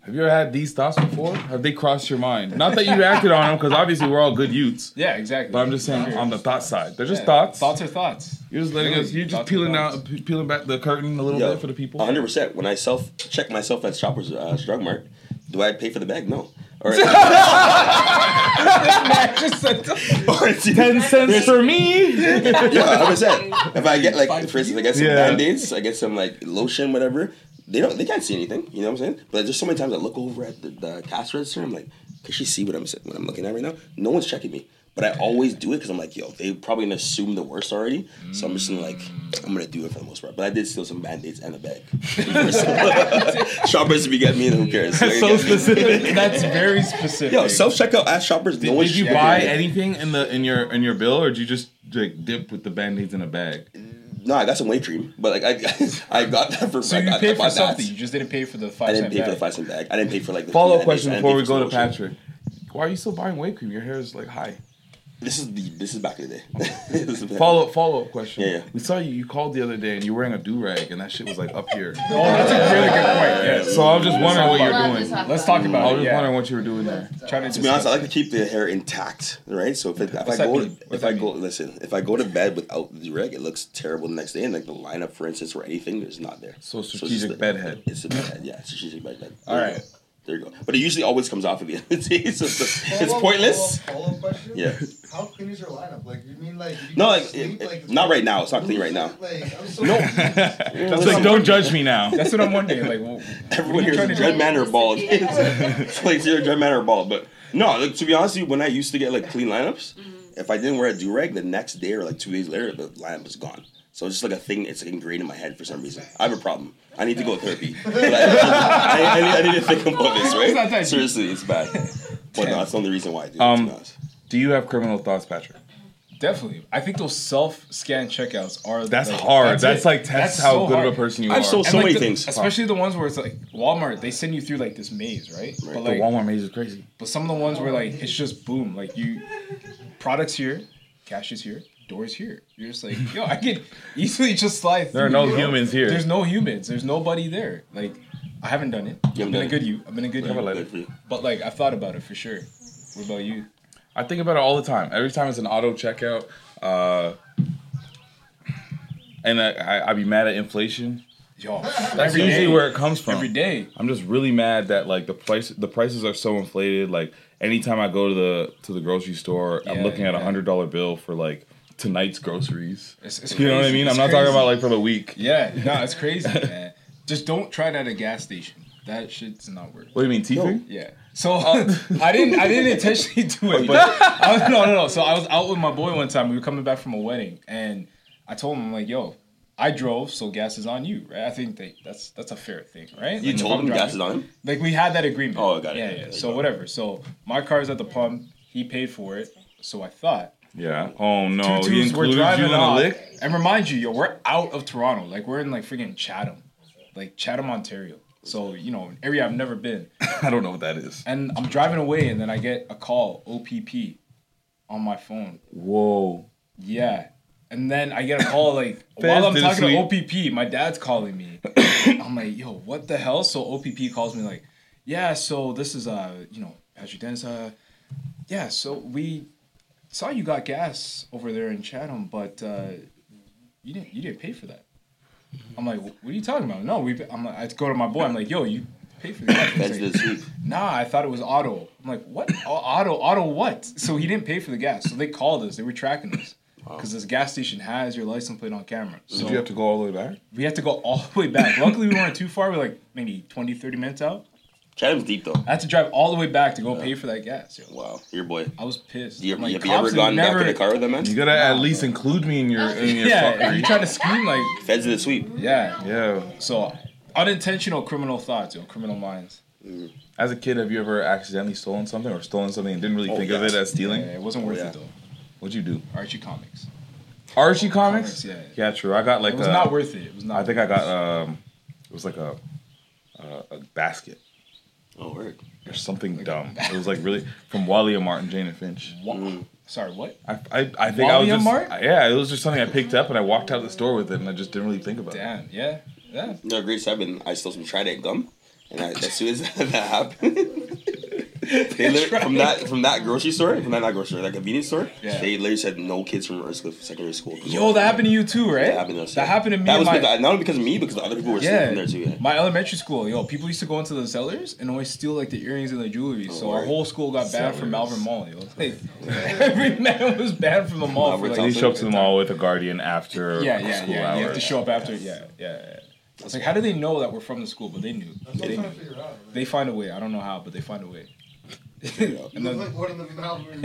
B: Have you ever had these thoughts before? Have they crossed your mind? Not that you acted on them, because obviously we're all good youths.
A: Yeah, exactly.
B: But I'm just saying on the thought side, they're just
A: Yeah,
B: thoughts.
A: Thoughts are thoughts.
B: You're just letting us. You're just
A: Thoughts are
B: peeling
A: thoughts.
B: out, pe- peeling back the curtain a little bit for the people.
D: 100. percent When I self check myself at Shoppers uh, Drug Mart, do I pay for the bag? No. Or, or
B: ten cents for me.
D: yeah, 100. percent If I get like, for instance, I get some
B: Yeah.
D: band aids, I get some like lotion, whatever. They don't. They can't see anything. You know what I'm saying? But there's so many times I look over at the, the cash register. I'm like, can she see what I'm what I'm looking at right now? No one's checking me. But I always do it because I'm like, yo, they probably gonna assume the worst already. So I'm just gonna like, I'm gonna do it for the most part. But I did steal some band aids and a bag. shoppers, if you get me, then who cares?
B: That's so specific. That's very
A: specific.
D: Yo, self checkout at shoppers.
B: Did,
D: no one's
B: did you
D: checking
B: buy
D: me.
B: anything in the in your in your bill, or did you just like dip with the band aids in a bag?
D: No, I got some weight cream, but like I, I got that for.
A: So
D: I
A: you
D: got- I
A: paid for
D: bought that.
A: something. You just didn't pay for the five
D: I didn't
A: cent
D: pay for the
A: bag.
D: five cent bag. I didn't pay for like the
B: Follow
D: yeah,
B: up
D: I
B: question
D: didn't pay
B: before we
D: for
B: go to
D: the lotion.
B: Patrick. Why are you still buying weight cream? Your hair is like high.
D: This is the this is back in the day. This is back-
B: Follow up follow up question.
D: Yeah, yeah.
B: We saw you. You called the other day and you were wearing a do rag and that shit was like up here. oh,
A: that's a really good point, yes.
B: So I'm just
A: Let's
B: wondering
A: talk
B: what
A: about it.
B: you're
A: Let's
B: doing.
A: talk Let's talk about about it,
B: I was just
A: yeah.
B: wondering what you were doing there.
A: Trying
D: To be honest, I like to keep the hair intact, right? So if, it, if I
B: What's that
D: go,
B: mean?
D: if I go, listen, if I go to bed without the reg, it looks terrible the next day, and like the lineup, for instance, or anything, is not there.
B: So
D: it's
B: strategic
D: just like-
B: bedhead.
D: It's a bedhead, yeah, it's strategic bedhead.
B: All
D: There you
B: right.
D: go. there you go. But it usually always comes off at the end of the day, so it's, it's pointless.
R: Follow up question.
D: Yeah.
R: How clean is your lineup? Like you mean like you
D: No,
R: can
D: like,
R: sleep,
D: it-
R: like,
D: it- not right now. It's not clean right now.
R: like I'm so
D: No,
B: That's like, don't judge me now.
A: That's what I'm wondering. Like, well,
D: Everyone here is a dread man or bald. it's like you're a dread man or bald. But no, like to be honest with you, when I used to get like clean lineups,
A: Mm-hmm.
D: if I didn't wear a do rag, the next day or like two days later, the lineup is gone. So it's just like a thing. It's like, ingrained in my head for some reason. I have a problem. I need to go to therapy. Like, I, I need, I need to think about this.
B: It's not
D: Right?
B: that deep.
D: Seriously, it's bad. But no, that's the only reason why I do.
B: Um, do you have criminal thoughts, Patrick?
A: Definitely. I think those self scan checkouts are
B: That's
A: like,
B: hard. That's,
A: it.
B: like, tests how good of a person you I've are. sold
A: And,
B: so
A: like,
B: many
A: the-
B: things.
A: Especially the ones where it's like Walmart, they send you through like this maze, right?
B: Right.
A: But
B: The
A: like
B: Walmart maze is crazy.
A: But some of the ones where like it's just boom, like you products here, cash is here, doors here. You're just like, yo, I could easily just slide
B: There are
A: through,
B: no
A: you know?
B: humans here.
A: There's no humans. There's nobody there. Like I haven't done it. I've been
B: done
A: a
B: it.
A: good you. I've been a good
B: We haven't let it
A: you. But like I've thought about it for sure. What about you?
B: I think about it all the time. Every time it's an auto checkout, uh, and I, I, I be mad at inflation.
A: Yo,
B: That's
A: every
B: usually
A: day.
B: where it comes from.
A: Every day.
B: I'm just really mad that like the price the prices are so inflated. Like anytime I go to the to the grocery store, I'm
A: Yeah,
B: looking at a
A: yeah.
B: hundred dollar bill for like tonight's groceries.
A: it's
B: you know what I
A: crazy.
B: mean?
A: It's
B: I'm not talking
A: crazy.
B: about like for the week.
A: Yeah, no, it's crazy, man. Just don't try that at a gas station. That shit's not worth. it.
B: What do you mean, Oh. teething?
A: Yeah. So uh, I didn't I didn't intentionally
B: Oh,
A: do it, but I was, no no no. So I was out with my boy one time. We were coming back from a wedding, and I told him I'm like, yo. I drove, so gas is on you, right? I think that that's that's a fair thing, right?
D: You
A: Like, if I'm
D: told him
A: driving-
D: gas is on him?
A: Like we had that agreement.
D: Oh, I got it.
A: Yeah,
D: Yeah,
A: yeah.
D: yeah,
A: So whatever. So my car's at the pump. He paid for it. So I thought,
B: Yeah. Oh no,
A: two
B: he
A: twos, we're
B: included you
A: driving
B: in the
A: off.
B: lick.
A: And remind you, yo, we're out of Toronto. Like we're in like freaking Chatham, like Chatham, Ontario. So you know, an area I've never been.
B: I don't know what that is.
A: And I'm driving away, and then I get a call, OPP, on my phone.
B: Whoa.
A: Yeah. And then I get a call like
B: Fast
A: while I'm
B: and
A: talking
B: sweet.
A: to OPP, my dad's calling me. I'm like, yo, what the hell? So OPP calls me like, yeah, so this is uh, you know, Patrick Dennis. Uh, yeah, so we saw you got gas over there in Chatham, but uh, you didn't you didn't pay for that. I'm like, what are you talking about? No, we. I'm like, I go to my boy. I'm like, yo, you paid for that. He's like, Nah, I thought it was auto. I'm like, what? Au- Auto? Auto? What? So he didn't pay for the gas. So they called us. They were tracking us because this gas station has your license plate on camera. So
B: Did you have to go all the way back?
A: we had to go all the way back. Luckily, we weren't too far. We are like maybe 20, 30 minutes out.
D: Chatham's deep though.
A: I had to drive all the way back to go pay for that gas. Yo.
D: Wow, your boy.
A: I was pissed.
D: You,
A: I'm like,
D: have you ever
A: cops
D: gone back to
A: never-
D: the car with that man?
B: You gotta at least include me in your in your
A: yeah,
B: fuckery.
A: you trying to scream like
D: feds of the sweep.
A: Yeah,
B: yeah.
A: So unintentional criminal thoughts, yo, criminal minds.
B: Mm. As a kid, have you ever accidentally stolen something or stolen something and didn't really
A: Oh,
B: think of
A: yes.
B: it as stealing?
A: Yeah, it wasn't worth it, though.
B: What'd you do?
A: Archie Comics.
B: Archie comics?
A: Comics, yeah.
B: Yeah, true. I got like
A: It was
B: a-
D: uh,
A: not worth it. It was not
B: I think I
A: worth
B: got um, it was like a a, a basket.
D: Oh, word.
B: Or something dumb. It was like really from Wally and Martin, Jane and Finch.
D: Mm.
A: Sorry, what?
B: I, I, I think I
A: Wally
B: was just,
A: and Mart?
B: yeah, it was just something I picked up and I walked out of the store with it and I just didn't really think about it.
A: Damn, yeah, yeah.
D: No, great seven. I stole some Trident gum, and I, as soon as that happened, they literally, from that from that grocery store, from that not grocery store, that convenience store,
A: Yeah.
D: they literally said no kids from Erskine secondary school. can go
A: Yo, that happened to you too, right?
D: That happened to us, yeah.
A: me.
D: That
A: and
D: was
A: my,
D: because- not only because of me, because the other people were sleeping there too. Yeah.
A: My elementary school, yo, people used to go into the cellars and always steal like the earrings and the jewelry. so our
D: Oh, word.
A: whole school got banned from
D: Cellars.
A: Malvern Mall. Yo. Like, every man was banned from the mall for like.
B: So you show up to the mall with a guardian after
A: yeah, yeah,
B: school
A: yeah.
B: hours.
A: You have to show up after. Yeah, yeah, yeah. I was like, how do they know that we're from the school? But they knew.
K: That's what
A: they,
K: I'm
A: knew.
K: trying to figure out,
A: they find a way. I don't know how, but they find a way. and
K: Look
A: then,
K: like one of the Malvern.
A: One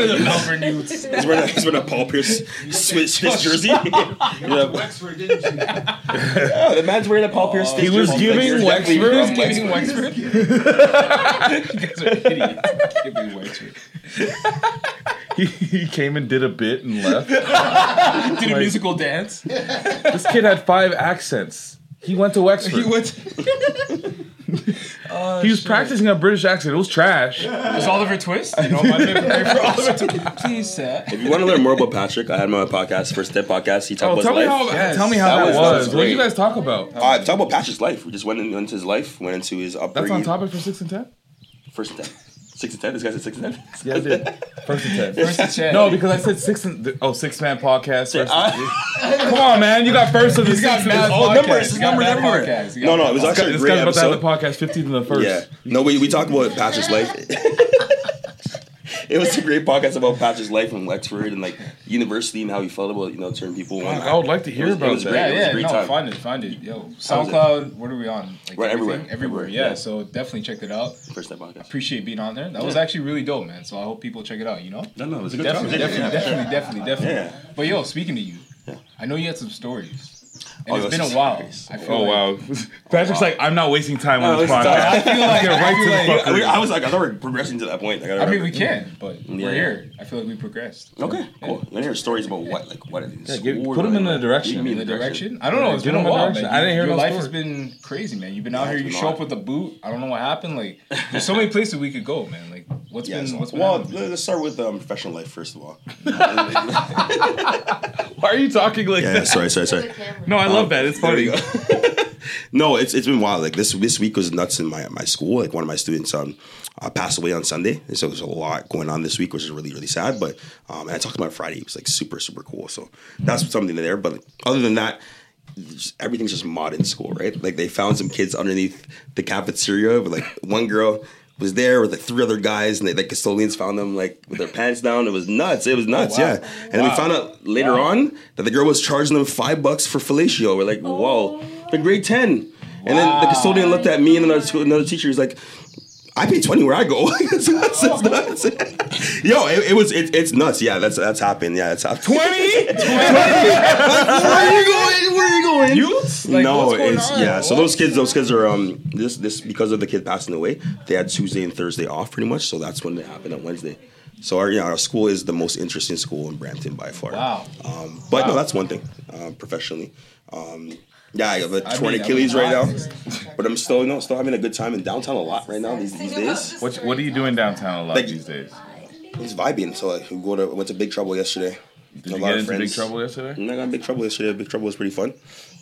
A: of the Malvern youths.
D: It's where the, it's where the Paul Pierce switched
E: Oh,
D: his jersey.
K: to
D: yeah.
K: Wexford, didn't you?
D: yeah, the man's wearing a Paul Pierce.
B: Oh. He
D: Stitch
B: was
D: jersey.
B: giving
D: you're definitely
B: Wexford-
D: from
B: He was giving he, he came and did a bit and left.
A: Did a
B: Like-
A: musical dance.
B: This kid had five accents. He went to Wexford. He,
A: went Oh,
B: was
A: shit.
B: practicing a British accent. It was trash.
A: It was Oliver Twist. You know, my favorite character, Oliver Twist. Please, sir.
D: If you want to learn more about Patrick, I had him on my podcast, First Step Podcast. He talked
B: Oh,
D: about
B: tell me,
D: his
B: how,
D: life.
B: tell me how that, was. What did
D: great.
B: you guys talk about?
D: Uh, talk about Patrick's life. We just went in- into his life, went into his
B: That's
D: upbringing.
B: on topic for six and ten.
D: First and ten. Six and ten? This guy said six and ten?
B: Yeah, I did. First and ten.
D: First and ten.
B: No, because I said six and th- oh six man podcast. First
D: I-
B: and- Come on, man, you got first of the
D: He's got
B: six. and-
D: mad
B: oh,
D: podcasts.
B: numbers,
D: He's got
B: numbers
D: mad
B: everywhere.
D: podcasts. He's got No, no, it was mad actually a
B: This
D: great
B: guy's about to have
D: episode.
B: the podcast fifteen to the first.
D: Yeah. No, we, we talked about Patrick's life. it was a great podcast about Patrick's life in Wexford and like university and how he felt about, you know, turning people on.
B: I would like to
D: It
B: hear
D: was-
B: about
D: it was
B: that.
D: great.
A: Yeah,
D: It was
A: yeah,
D: a great
A: no,
D: time.
A: find it, find it. Yo,
D: How was it?
A: SoundCloud, what are we on? Like
D: Right, everywhere.
A: everything- Everywhere,
D: Everywhere,
A: yeah,
D: yeah.
A: So definitely check it out.
D: First Step Podcast.
A: Appreciate being on there. That was
D: Yeah.
A: actually really dope, man. So I hope people check it out, you know?
D: No, no, it was a good
A: definitely,
D: conversation,
A: definitely,
D: yeah.
A: definitely, definitely, definitely.
D: Yeah.
A: But yo, speaking to you, I know you had some stories. And
B: Oh,
A: it's been
B: that's
A: a while. I feel
B: Oh
A: like-
B: wow, Patrick's like, I'm not wasting time
D: No,
B: on this
D: Oh, it's-
B: podcast.
D: I
A: feel like-
B: Get
A: I
B: right
A: feel
B: to the
A: like-
D: I,
B: fuckery.
D: mean, I was like, I thought we were progressing to that point. Like, I,
A: I mean,
D: remember-
A: we can, but
D: Yeah.
A: we're here. I feel like we progressed.
D: Okay, cool. Let me hear stories about what, like, what it is.
B: Yeah, give- put him in the direction.
A: In the direction? I don't know. It's
B: Give
A: been a
B: him a
A: while.
B: direction.
A: man.
B: I didn't hear
A: Your
B: no
A: life
B: story.
A: has been crazy, man. You've been
D: Yeah,
A: out here.
D: it's
A: You
D: been
A: show
D: a
A: up with a boot. I don't know what happened. Like, there's so many places we could go, man. Like, what's
D: Yeah,
A: been?
D: so-
A: What's been?
D: well,
A: happening?
D: let's start with um, professional life first of all.
B: Why are you talking like
D: Yeah,
B: that?
D: sorry, sorry, sorry.
B: No, I love that. It's funny.
D: no, it's it's been wild. Like this this week was nuts in my my school. Like one of my students um uh, passed away on Sunday, and so there's a lot going on this week, which is really really sad. But um, and I talked about it Friday. It was like super super cool. So that's something there. But like, other than that. just- Everything's just mod in school, right? Like they found some kids underneath the cafeteria, but like one girl was there with like three other guys, and they, like custodians found them like with their pants down. It was nuts. It was nuts.
B: Oh, wow.
D: Yeah. And we
B: Wow.
D: found out later on that the girl was charging them five bucks for fellatio. We're like, whoa,
B: Oh.
D: the grade ten. And then the custodian looked at me and another, school- another teacher. He's like, I pay twenty where I go. it's nuts.
B: Oh.
D: It's nuts. Yo, it, it was it, it's nuts. Yeah, that's that's happened. Yeah, that's happened. Twenty.
B: Where
D: are you going? Where are you going?
B: Youths? Like,
D: no,
B: what's going
D: it's
B: on?
D: yeah. So those kids, those kids are um this this because of the kid passing away, they had Tuesday and Thursday off pretty much. So that's when it happened on Wednesday. So our yeah, our school is the most interesting school in Brampton by far.
A: Wow.
D: Um, but no,
A: Wow.
D: that's one thing um, professionally. Um, yeah, I have a
A: I
D: torn
A: mean, that
D: Achilles
A: was
D: right now,
A: obvious.
D: but I'm still no still having a good time in downtown a lot right now these, these days.
B: What what are you doing downtown a lot these days?
D: It's vibing. So like, we go to went to Big Trouble yesterday.
B: Did you get into Big Trouble yesterday?
D: Mm, I got in Big Trouble yesterday. Big Trouble was pretty fun.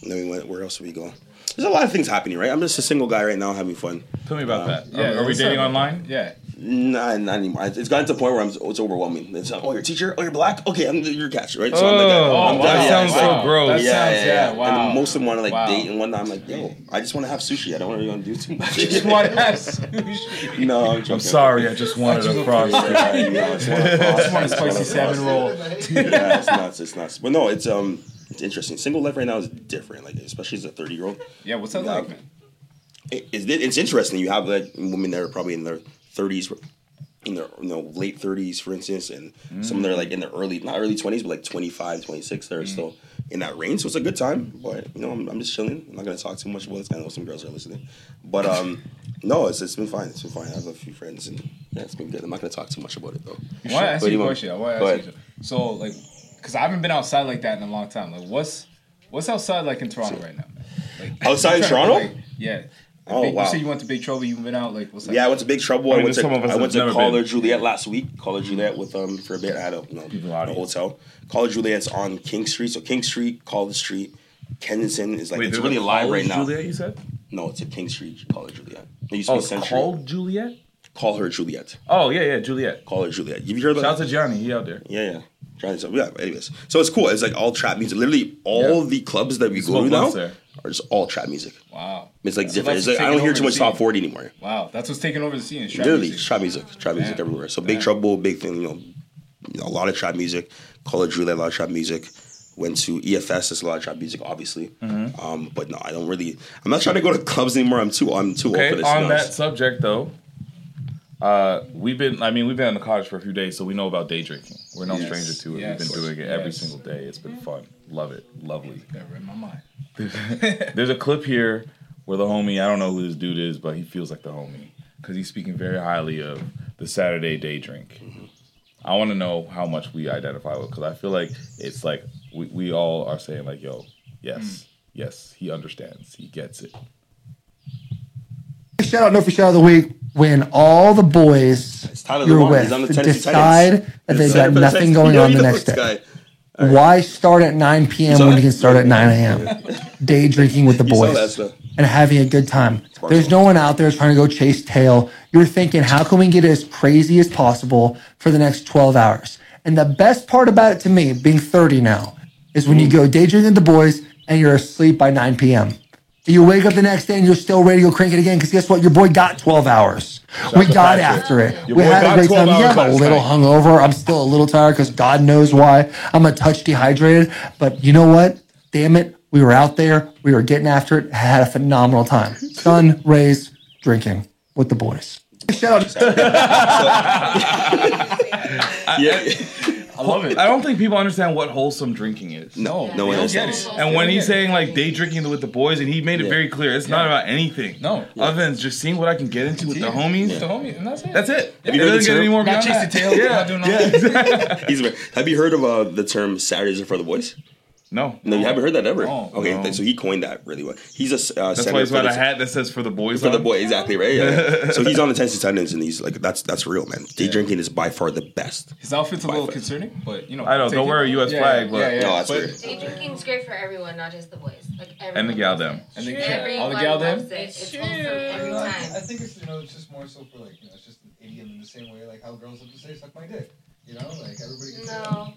D: And then we went. Where else did we go? There's a lot of things happening, right? I'm just a single guy right now, having fun. Um,
B: Tell me about that.
A: Yeah,
B: are, are we
A: what's
B: dating
A: up?
B: online?
A: Yeah.
D: Nah, not anymore. It's it's gotten to the point where I'm. It's overwhelming. It's like, oh, you're a teacher. Oh, you're black. Okay, I'm you're a catch, right? I'm like
B: Oh,
D: I'm
B: wow.
D: done.
B: That sounds
D: it's
B: so gross. That sounds- yeah, wow.
D: And most of them want to like
B: Wow.
D: date and whatnot. I'm like, yo, I just want to have sushi. I don't really want to do too much.
A: Just want to have sushi.
D: no, I'm, joking.
B: I'm sorry, I just wanted a frog.
D: Yeah, yeah, it's one of the
A: Just
D: frogs.
A: want a
D: It's one of
A: spicy
D: the
A: salmon roll.
D: frogs. yeah, it's nuts. It's nuts. But no, it's um, it's interesting. Single life right now is different. Like especially as a thirty year old.
A: Yeah, what's that
D: Yeah.
A: like, man?
D: It, it's, it's interesting. You have like women that are probably in their thirties, in their you know late thirties, for instance, and some that are like in their early not early twenties, but like 25, 26
A: Mm.
D: They're still in that range. So it's a good time. But you know, I'm, I'm just chilling. I'm not gonna talk too much about this. I know some girls are listening, but um. No, it's, it's been fine. It's been fine. I have a few friends, and yeah, it's been good. I'm not gonna talk too much about it though.
A: I want to ask
D: But
A: you a
D: anyway,
A: question. I want
D: go
A: to
D: ahead.
A: ask you. a- So, like, because I haven't been outside like that in a long time. Like, what's what's outside like in Toronto right now? Man? Like
D: Outside in
A: I'm trying to,
D: Toronto?
A: like, yeah. Like,
D: Oh,
A: big,
D: wow.
A: You said you went to Big Trouble. You've been out like what's that?
D: Yeah, I went to Big Trouble.
A: I
D: I,
A: mean, there's
D: went to
A: some of us
D: I went
A: that's
D: to
A: never
D: Caller
A: been. Mm-hmm.
D: Juliet last week. Caller Juliet with um for a bit. I had a, you know, a hotel. Caller Juliet's on King Street. So King Street, College Street, Kensington is like
B: Wait,
D: it's
B: there's
D: really
B: a
D: alive
B: College
D: right now.
B: Juliet, you said?
D: No, it's a King Street College Juliet. It used to
B: Oh,
D: be
B: it's
D: Century.
B: called Juliet.
D: Call her Juliet.
B: Oh yeah, yeah, Juliet.
D: Call her Juliet. You heard about
B: Shout out to Johnny, he out there.
D: Yeah, yeah. Johnny's up. Yeah, anyways. So it's cool. It's like all trap music. Literally all the clubs that we go
B: Smoke
D: to now
B: once there.
D: are just all trap music.
A: Wow.
D: It's like
A: So
D: different.
A: that's
D: It's like, I
A: taking
D: don't hear
A: over
D: too
A: the
D: much top
A: scene.
D: 40 anymore.
A: Wow, that's what's taking over the scene. Is trap
D: Literally,
A: music.
D: trap music, trap music
A: Damn.
D: everywhere. So Big Trouble, big thing, you know, a lot of trap music. Call of Juliet, a lot of trap music. Went to E EFS, that's a lot of trap music, obviously.
B: Mhm.
D: Um, but no, I don't really. I'm not trying to go to clubs anymore. I'm too. I'm too old
B: Okay,
D: for this.
B: on
D: no,
B: that subject though, uh, we've been I mean, we've been in the cottage for a few days, so we know about day drinking. We're no
A: Yes,
B: stranger to it.
A: yes,
B: we've
A: of
B: been doing
A: course,
B: it every
A: yes.
B: single day. It's been fun. Love it. Lovely.
A: Never in my mind.
B: There's a clip here where the homie, I don't know who this dude is, but he feels like the homie because he's speaking very highly of the Saturday day drink. I want to know how much we identify with because I feel like it's like we, we all are saying, like, yo, yes, yes, he understands, he gets it.
G: Shout out, no free shout out of the week when all the boys
D: Tyler
G: you're
D: Lamar.
G: with
D: He's on the Tennessee
G: decide
D: Titans.
G: that
D: He's
G: they
D: the
G: got
D: center for the
G: nothing
D: Titans.
G: going
D: You
G: on
D: know
G: the
D: this
G: next day.
D: guy.
G: Why start at 9 p.m. when you can start at 9 a.m.? Day drinking with the
D: You saw that
G: boys
D: stuff.
G: and having a good time. There's no one out there trying to go chase tail. You're thinking, how can we get it as crazy as possible for the next 12 hours? And the best part about it to me, being 30 now, is when you
D: Mm.
G: go day drinking with the boys and you're asleep by 9 p.m. You wake up the next day and you're still ready to go crank it again because guess what? Your boy got 12 hours. we
B: to
G: got
B: Patrick.
G: after it.
B: Your
G: we
B: boy
G: had
B: got
G: a great time.
B: 12
G: Yeah,
B: hours
G: I'm a
B: last
G: little
B: night.
G: hungover. I'm still a little tired because God knows why. I'm a touch dehydrated. But you know what? Damn it. We were out there. We were getting after it. Had a phenomenal time. Sun rays drinking with the boys. Shout
D: yeah.
B: I love it. I don't think people understand what wholesome drinking is.
D: No, no one
B: They don't get
D: understands.
B: it. And when he's saying like day drinking with the boys, and he made it very clear, it's not about anything. No, other than just seeing what I can get into with the homies.
A: With the homies, and that's it.
B: That's it.
A: Yeah.
B: It doesn't get any more
A: Not
B: beyond
A: chase the
B: that.
A: tail.
B: Yeah.
A: Not doing all
B: Yeah.
A: that.
D: He's right. Have you heard of uh, the term Saturdays are for the boys?
B: No,
D: no, you haven't heard that ever.
B: No.
D: okay,
B: No.
D: th- so he coined that really well. He's a s- uh,
B: That's
D: center
B: why he's
D: for
B: got
D: the-
B: a hat that says for the boys.
D: for the
B: on.
D: boy, exactly right. Yeah, yeah. so he's on the Tennessee Titans, and he's like, that's that's real, man. Day drinking is by far the best.
A: His outfit's a little concerning, but you know.
B: I know,
A: take
B: don't
A: it.
B: wear a US
A: Yeah,
B: flag, but-
A: yeah, yeah.
B: No, that's
A: but-
B: weird.
C: Day drinking's great for everyone, not just the boys. Like everyone.
B: and the gal oh, them.
A: And the
C: Everyone
A: all the gal them.
C: loves it. It's wholesome every
R: I,
C: time.
R: I think it's you know it's just more so for like you know it's just an idiom in the same way like how girls love to say suck my dick. You know, like everybody gets
C: No,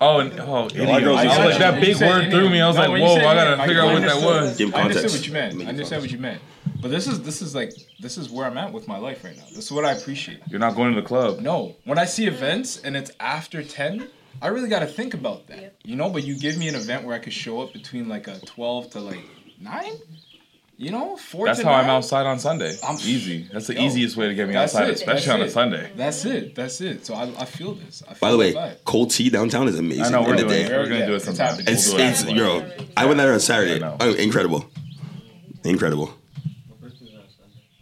B: Oh, and oh,
D: Yeah, a lot of
B: idiot.
D: girls
B: I was
D: use
B: like
D: that.
B: that big
D: You said
B: word
D: idiot.
B: threw me. I was
D: No,
B: like,
D: when you
B: whoa,
D: said
B: I gotta
D: idiot, I
B: figure out what that
D: understood.
B: was.
D: Give him
A: I understood
D: context.
A: what you meant. I understand what you meant. But this is this is like this is where I'm at with my life right now. This is what I appreciate.
B: You're not going to the club.
A: No, when I see events and it's after ten, I really got to think about that, you know. But you give me an event where I could show up between like a twelve to like nine, you know, four.
B: That's
A: to
B: how I'm
A: nine.
B: outside on Sunday. Easy. That's the
A: Yo,
B: easiest way to get me
A: that's
B: outside,
A: it,
B: especially
A: that's
B: on a
A: it.
B: Sunday.
A: That's it. That's it. So I, I feel this. I feel
D: By the
A: this
D: way,
A: vibe.
D: cold tea downtown is amazing.
B: I know, we're
D: in the
B: doing
D: day.
B: it. We're gonna do it sometime.
A: happening.
D: It's,
B: We'll do it.
D: it's yo, I went there on Saturday. Oh, incredible, incredible.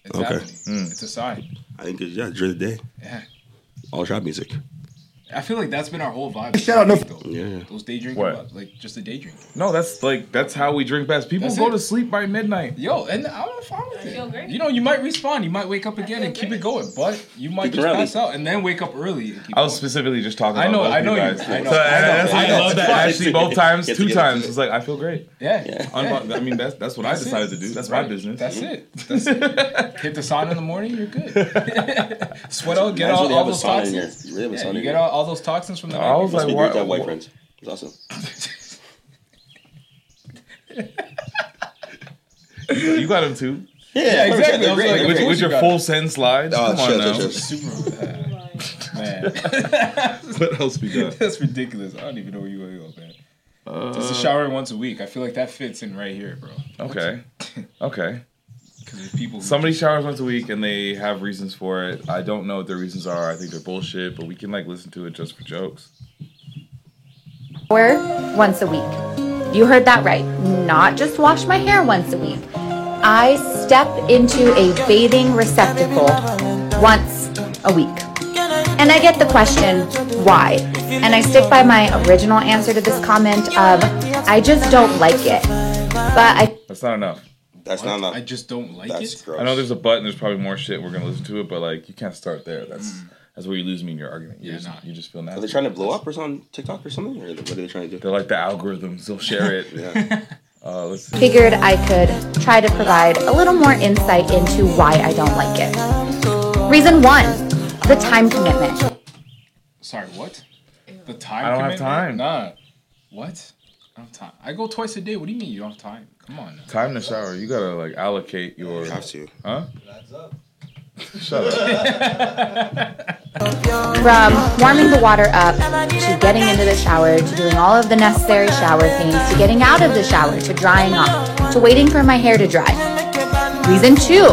A: It's
D: okay,
A: happening.
B: Hmm.
A: It's a sign.
D: I think it's, yeah, during the day,
A: Yeah.
D: all trap music.
A: I feel like that's been our whole vibe.
D: Shout out, no-
A: yeah. Those day drinking
B: What?
A: vibes, like just the day drinking.
B: No, that's like that's how we drink best. People
A: That's
B: go
A: it.
B: to sleep by midnight.
A: Yo, and I'm fine with it. You know, you might respawn, you might wake up again and keep it going, but you might
B: Keep it
A: just
B: rally.
A: pass out and then wake up early. And keep
B: I was specifically just talking.
A: I
B: About
A: know,
B: those
A: I know
B: two
A: you-
B: guys.
A: I know,
B: So,
A: I know,
B: that's why
A: I know.
B: I love that Ashley both times, two times. It's like I feel great.
A: Yeah, yeah.
B: Unblock- I mean, that's that's what I
A: That's it.
B: decided to do. That's my
A: Right.
B: business.
A: That's it. That's it. Hit the sauna in the morning, you're good. Sweat out, get
D: Might as well
A: all,
D: have
A: all
D: a
A: those
D: sauna in here.
A: toxins.
D: You really have a
A: yeah,
D: sauna
A: you
D: in
A: get
D: here.
A: all, all those toxins from the night.
B: I was
D: Must
B: like,
D: be
B: why-
D: great to have white
B: wh-
D: friends. It's awesome.
B: you got him too.
D: Yeah, Yeah, of course, exactly. yeah,
B: I was like,
D: great, great,
B: with,
D: great.
B: with your
D: You got
B: full
D: him.
B: send slides.
D: Oh,
B: Come on
D: chill,
B: now.
D: chill, chill.
A: Man.
B: what else we got?
A: That's ridiculous. I don't even know where you want to go, man.
B: Uh,
A: Just a shower once a week. I feel like that fits in right here, bro.
B: Okay. Okay.
A: Because there's people. Who,
B: Somebody showers once a week and they have reasons for it. I don't know what their reasons are. I think they're bullshit, but we can like listen to it just for jokes.
S: Or once a week. You heard that right. Not just wash my hair once a week. I step into a bathing receptacle once a week. And I get the question, why? And I stick by my original answer to this comment of, I just don't like it. But I
B: That's not enough.
D: That's not enough.
A: I just don't like it.
B: I know there's a button. There's probably more shit. We're gonna listen to it, but like you can't start there. That's that's where you lose me in your argument. You, just, you just feel nasty.
D: Are they trying to blow up or on TikTok or something? Or what are they trying to do?
B: They're like the algorithms. They'll share it.
D: yeah.
B: Uh, let's see.
S: figured I could try to provide a little more insight into why I don't like it. Reason one, the time commitment.
A: Sorry, what? The time.
B: I don't have
A: commitment? Nah. What? I don't have time. I go twice a day. What do you mean you don't have time? Come on. Now.
B: Time to shower. You gotta like allocate your.
D: have to.
B: Huh?
R: That's up.
B: Shut up.
S: From warming the water up to getting into the shower to doing all of the necessary shower things to getting out of the shower to drying off to waiting for my hair to dry. Reason two,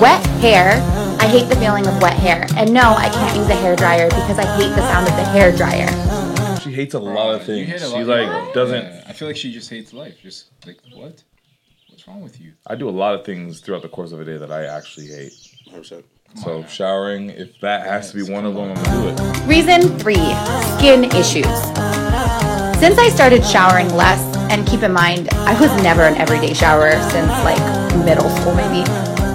S: wet hair. I hate the feeling of wet hair. And no, I can't use a hair dryer because I hate the sound of the hair dryer.
B: she hates a lot of
A: You
B: things.
A: hate a lot.
B: She like doesn't.
A: Yeah, I feel like she just hates life. Just like what? What's wrong with you?
B: I do a lot of things throughout the course of a day that I actually hate.
A: Come on
B: So showering, if that has to be one of them, I'm gonna do it.
S: Reason three skin issues. Since I started showering less, and keep in mind, I was never an everyday shower since like middle school, maybe.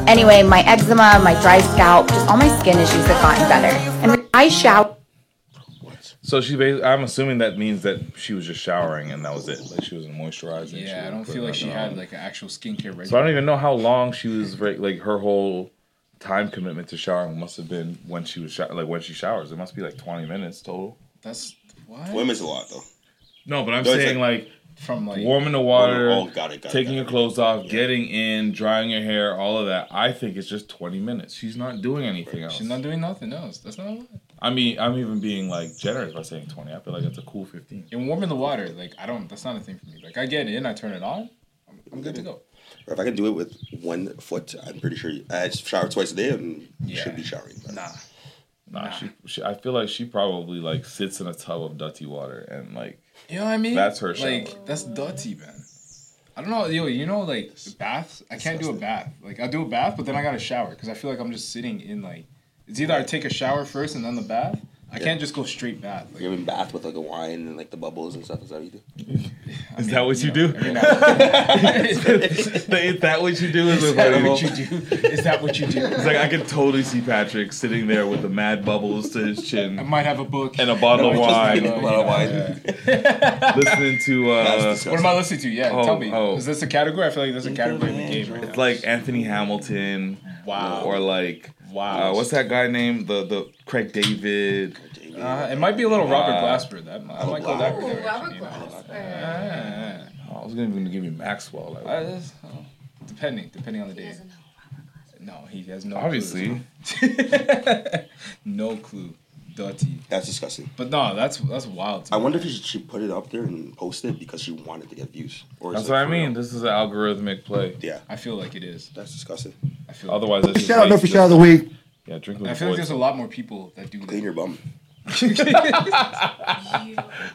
S: Anyway, my eczema, my dry scalp, just all my skin issues have gotten better. And I shower
B: So she, bas- I'm assuming that means that she was just showering and that was it. Like she wasn't moisturizing. she
A: Yeah, I
B: wasn't
A: don't feel
B: putting
A: like she
B: nothing
A: had
B: on.
A: like an actual skincare regimen.
B: So I don't even know how long she was re- like her whole time commitment to showering must have been when she was sho- like when she showers. It must be like 20 minutes total.
A: That's what.
D: Women's a lot though.
B: No, but I'm
D: No, it's
B: saying like,
A: from like
B: warming the water,
D: Oh, oh, got it, got it,
B: taking your clothes off, getting in, drying your hair, all of that. I think it's just 20 minutes. She's not doing anything else.
A: She's not doing nothing else. That's not. a lot.
B: I mean, I'm even being like generous by saying 20. I feel like that's a cool 15.
A: And warming the water, like I don't. That's not a thing for me. Like I get in, I turn it on. I'm, I'm good to go.
D: Or if I could do it with one foot, I'm pretty sure you, I just shower twice a day and should be showering.
A: Nah.
B: Nah, She, she. I feel like she probably like sits in a tub of dirty water and like.
A: You know what I mean?
B: That's her shower.
A: Like that's dirty, man. I don't know, yo. You know, like baths. I can't do a bath. Like I do a bath, but then I got to shower because I feel like I'm just sitting in like. It's either I take a shower first and then the bath. I can't just go straight bath. Like,
D: You're in bath with like a wine and like the bubbles and stuff. Is that what you do?
B: Is that what you do? is that what you do? Is,
A: Is that what you do? Is that what you do?
B: It's like I can totally see Patrick sitting there with the mad bubbles to his chin.
A: I might have a book
B: and a bottle of
A: No, I
B: wine.
A: just need a bottle of wine.
B: listening to uh,
A: What am I listening to? Yeah,
B: Oh,
A: tell me.
B: oh.
A: Is this a category? I feel like there's a category in the game right now.
B: It's like Anthony Hamilton.
A: Wow.
B: Or like wow. Uh, what's that guy named? The the Craig David.
A: Uh, it might be a little Robert
B: Uh,
A: Glasper. That uh, I might go that
M: Ooh,
A: direction.
M: Robert
A: you know?
M: Glasper.
A: Yeah. uh,
B: I was Oh, gonna even give you Maxwell.
A: I just- oh, depending, depending on the day. No, he has no.
B: Obviously.
A: clue. no clue. Dirty.
D: That's disgusting.
A: But no, that's that's wild. to
D: I
A: me.
D: wonder if she, she put it up there and posted it because she wanted to get views. Or is
B: That's
D: it
B: what I
D: for
B: mean.
D: real?
B: This is an algorithmic play.
D: Yeah.
A: I feel like it is.
D: That's disgusting.
A: I feel
B: Otherwise, that's just
G: Shout out, no
B: waste.
G: for shout of the week.
B: Yeah, drink
A: I
B: with
A: feel like
B: voice.
A: there's a lot more people that do
D: Clean your bum.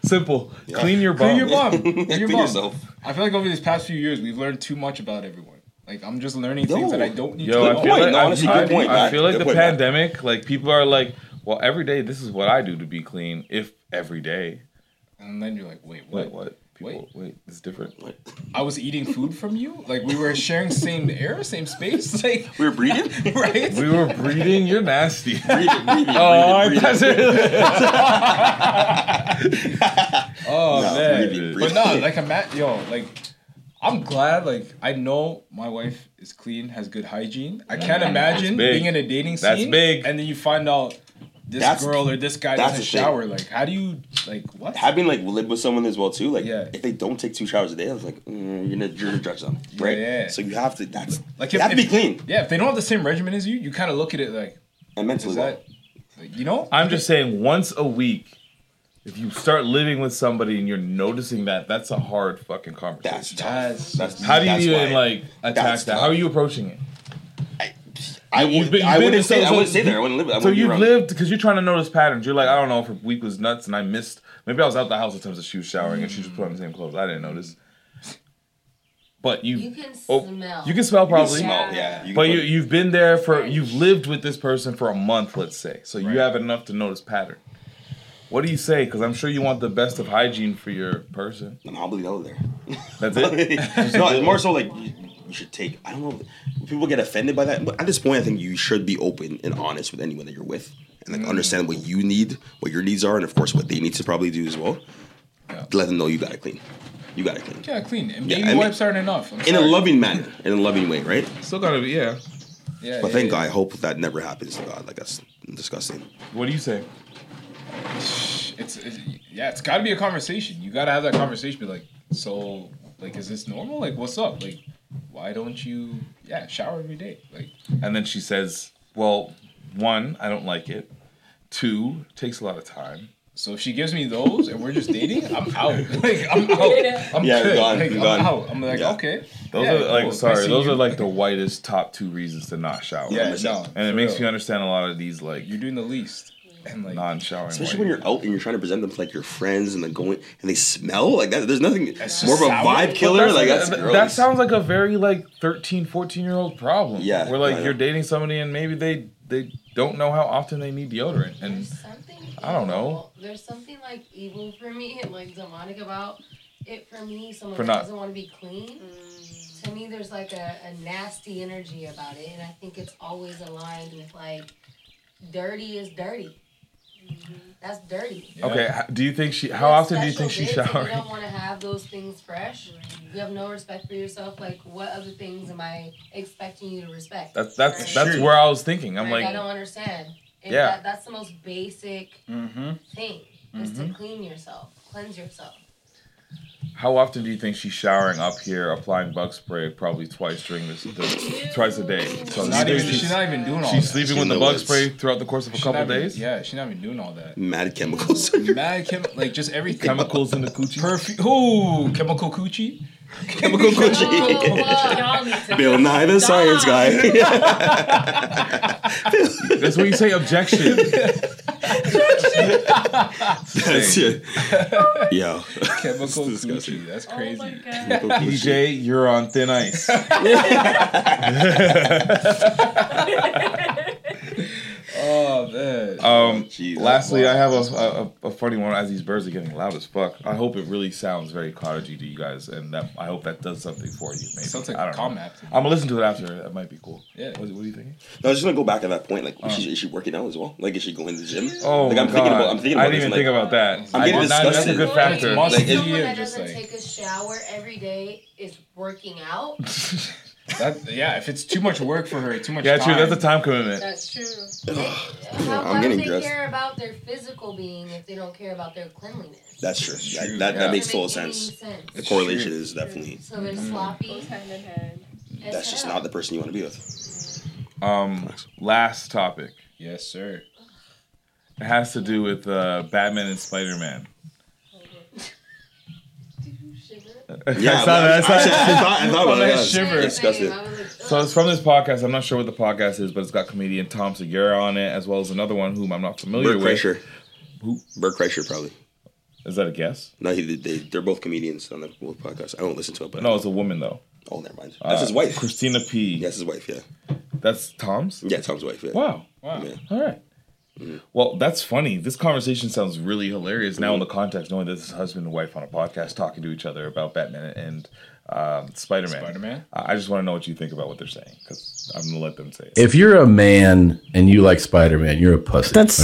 B: Simple. Clean your bum.
A: Clean your bum. Clean your
D: Clean
A: bum.
D: yourself.
A: I feel like over these past few years, we've learned too much about everyone. Like I'm just learning things that I don't need
B: Yo,
A: to
B: I
A: know.
B: feel like, I- I, I
D: Matt.
B: feel like
D: Good
B: the
D: point, Matt.
B: pandemic, like people are like, well, every day this is what I do to be clean. If every day,
A: and then you're like, wait,
B: wait,
A: what?
B: what? People, wait, it's different.
A: I was eating food from you. Like we were sharing same air, same space. Like
D: we were breathing,
A: right?
B: We were breathing. You're nasty.
D: breathing, breathing,
B: oh,
D: breathing,
B: I thought
A: Oh
B: No,
A: man,
B: breathing,
A: but
B: breathing.
A: no, like I'm at yo, like I'm glad. Like I know my wife is clean, has good hygiene. I can't
B: Yeah, that's
A: imagine
B: big.
A: being in a dating scene.
B: That's big.
A: And then you find out this
D: That's-
A: girl or this guy
D: that's
A: doesn't
D: a shame.
A: shower. Like how do you like what?
D: Having like live with someone as well too. Like if they don't take two showers a day, I was like, mm, you're gonna you're gonna judge them, right?
A: Yeah.
D: So you have to. That's
A: Like
D: you have to be clean
A: Yeah, if they don't have the same regimen as you, you kind of look at it like
D: and mentally.
A: is
D: well.
A: that like, you know?
B: I'm just saying, once a week, if you start living with somebody and you're noticing that, that's a hard fucking conversation.
D: That's tough. That's,
B: How do you
D: that's
B: even
D: why-
B: like attack
D: that's
B: that?
D: tough.
B: How are you approaching it?
D: I,
B: You've been-
D: would, I
B: you've been-
D: wouldn't say. I
B: so-
D: wouldn't
B: so-
D: say there. I wouldn't live. I
B: So
D: wouldn't be
B: you
D: around.
B: lived because you're trying to notice patterns. You're like, I don't know if her week was nuts and I missed. Maybe I was out the house at times that she was showering and she just put on the same clothes. I didn't notice. But you, oh,
C: You can smell.
B: You can smell
C: You can
B: probably.
C: smell, yeah. You
B: but
C: can
B: you
C: put-
B: you've been there for you've lived with this person for a month, let's say. So you have enough to notice pattern. What do you say? Because I'm sure you want the best of hygiene for your person.
D: I'm humbly out there.
B: That's it.
D: no, it's more so like you, you should take. I don't know. People get offended by that, but at this point, I think you should be open and honest with anyone that you're with, and like understand what you need, what your needs are, and of course what they need to probably do as well. Let them know you gotta clean. You gotta clean
A: Yeah, clean. And
D: Yeah,
A: baby
D: I mean-
A: wipes aren't enough. I'm
D: in a
A: sorry.
D: loving manner, in a loving way, right?
B: Still gotta be yeah.
A: Yeah,
D: But
A: yeah,
D: thank
A: yeah.
D: God, I hope that never happens to God. Like that's disgusting.
B: What do you say?
A: it's, it's yeah, it's got to be a conversation. You got to have that conversation. Be like, so, like, is this normal? Like, what's up? Like, why don't you, yeah, shower every day? Like,
B: And then she says, "Well, one, I don't like it. Two, takes a lot of time."
A: so if she gives me those and we're just dating, I'm out. Like, I'm out. I'm
B: Yeah,
A: good.
B: gone,
A: Like, I'm
B: gone.
A: out. I'm like,
B: Yeah.
A: okay.
B: Those
A: Yeah,
B: are like
A: cool.
B: sorry,
A: Nice
B: those
A: seeing
B: are
A: you.
B: like the whitest top two reasons to not shower.
A: Yeah, no,
B: and it
A: for
B: makes
A: real.
B: you understand a lot of these like you're
A: doing the least and like
B: non-showering.
D: Especially when you're out and you're trying to present them to like your friends and like going and they smell like that. There's nothing
B: just
D: more of a
B: sour.
D: vibe
B: But
D: killer.
B: that's-
D: Like that's
B: that,
D: gross.
B: that sounds like a very like 13, 14 year old problem.
D: Yeah,
B: where like
D: I know.
B: you're dating somebody and maybe they they don't know how often they need deodorant and I don't know.
C: There's something like evil for me and like demonic about it for me. Someone
B: For
C: that
B: not-
C: doesn't want to be clean. To me, there's like a, a nasty energy about it, and I think it's always aligned with like dirty is dirty. That's dirty.
B: Okay, h- do you think she? How often do you think she
C: showers? You
B: showering?
C: don't want to have those things fresh. You have no respect for yourself. Like, what other things am I expecting you to respect?
B: That's that's that's where I was thinking. I'm
C: I
B: like,
C: don't understand. And
B: Yeah.
C: that, that's the most basic
B: mm-hmm.
C: thing is to clean yourself, cleanse yourself.
B: How often do you think she's showering up here, applying bug spray probably twice during this, the, twice a day? So
A: She's
B: do
A: not
B: you think
A: even- she's not even doing all
B: She's
A: that.
B: sleeping
A: She's
B: with
A: in
B: the
A: the
B: bug
A: woods.
B: spray throughout the course of a
A: She's
B: couple
A: not even-
B: days.
A: Yeah, she's not even doing all that.
D: Mad chemicals.
A: Mad chem, like just everything.
B: Chemicals in the coochie.
A: Perfume. Ooh, chemical coochie.
D: Chemical coochie. Bill Nye the science guy.
B: That's when you say objection.
D: That's it. Yo.
A: Chemical coochie. That's crazy.
B: DJ, you're on thin ice.
A: Oh man.
B: Um,
A: Jeez,
B: lastly, I
A: that's
B: have
A: wild.
B: a, a, a- a funny one as these birds are getting loud as fuck. I hope it really sounds very cottagey to you guys, and that I hope that does something for you. Maybe.
A: Sounds like
B: I don't
A: calm
B: know.
A: app to me.
B: I'm gonna listen to it after. That might be cool.
A: Yeah.
B: What, what do you think?
D: I was just gonna go back to that point. Like, is, she, is she working out as well? Like, is she going to the gym?
B: Oh
D: like,
B: my
D: I'm thinking
B: God.
D: about. I'm thinking
B: I didn't
D: about. this,
B: even
D: like,
B: think about that.
D: I'm getting
B: I- that- that's
D: disgusted.
B: a good factor.
D: Like,
B: Must
D: it's-
B: be-
C: Someone
B: Yeah,
C: that
B: just
C: doesn't
B: like-
C: take a shower every day is working out.
A: That, yeah, if it's too much work for her, too much.
B: Yeah,
A: time.
B: true. That's a time commitment.
C: That's true.
D: Yeah,
C: How,
D: I'm
C: why
D: getting
C: do they
D: dressed.
C: care about their physical being if they don't care about their cleanliness?
D: that's true. That, that, that
B: Yeah.
D: makes total
C: Doesn't make
D: sense.
C: any sense.
D: The correlation is definitely.
B: Mm-hmm.
C: So they're sloppy.
M: Goes hand in hand.
D: That's just not the person you want to be with.
B: Um, last topic.
A: Yes, sir.
B: It has to do with uh, Batman and Spider Man.
D: Yeah,
B: I saw that. I saw
D: actually, I thought- I
B: that.
D: thought about
B: I
D: it, yeah, it's
B: shiver.
D: disgusting.
B: So it's from this podcast. I'm not sure what the podcast is, but it's got comedian Tom Segura on it, as well as another one whom I'm not familiar
D: Bert
B: with.
D: Kreischer. Bert Kreischer, probably.
B: Is that a guess?
D: No, he, they, they're both comedians on the both podcasts. I don't listen to it, but
B: No, it's a woman though. Uh,
D: Oh, never mind. That's his wife.
B: Christina P.
D: That's his wife. Yeah.
B: That's Tom's.
D: Yeah, Tom's wife. Yeah.
B: Wow.
A: Wow.
B: All right. Well, that's funny. This conversation sounds really hilarious now in the context, knowing that this is husband and wife on a podcast talking to each other about Batman and um, Spider Man.
A: Spider-Man?
B: I I just want to know what you think about what they're saying because I'm gonna let them say it.
F: If you're a man and you like Spider Man, you're a pussy.
B: That's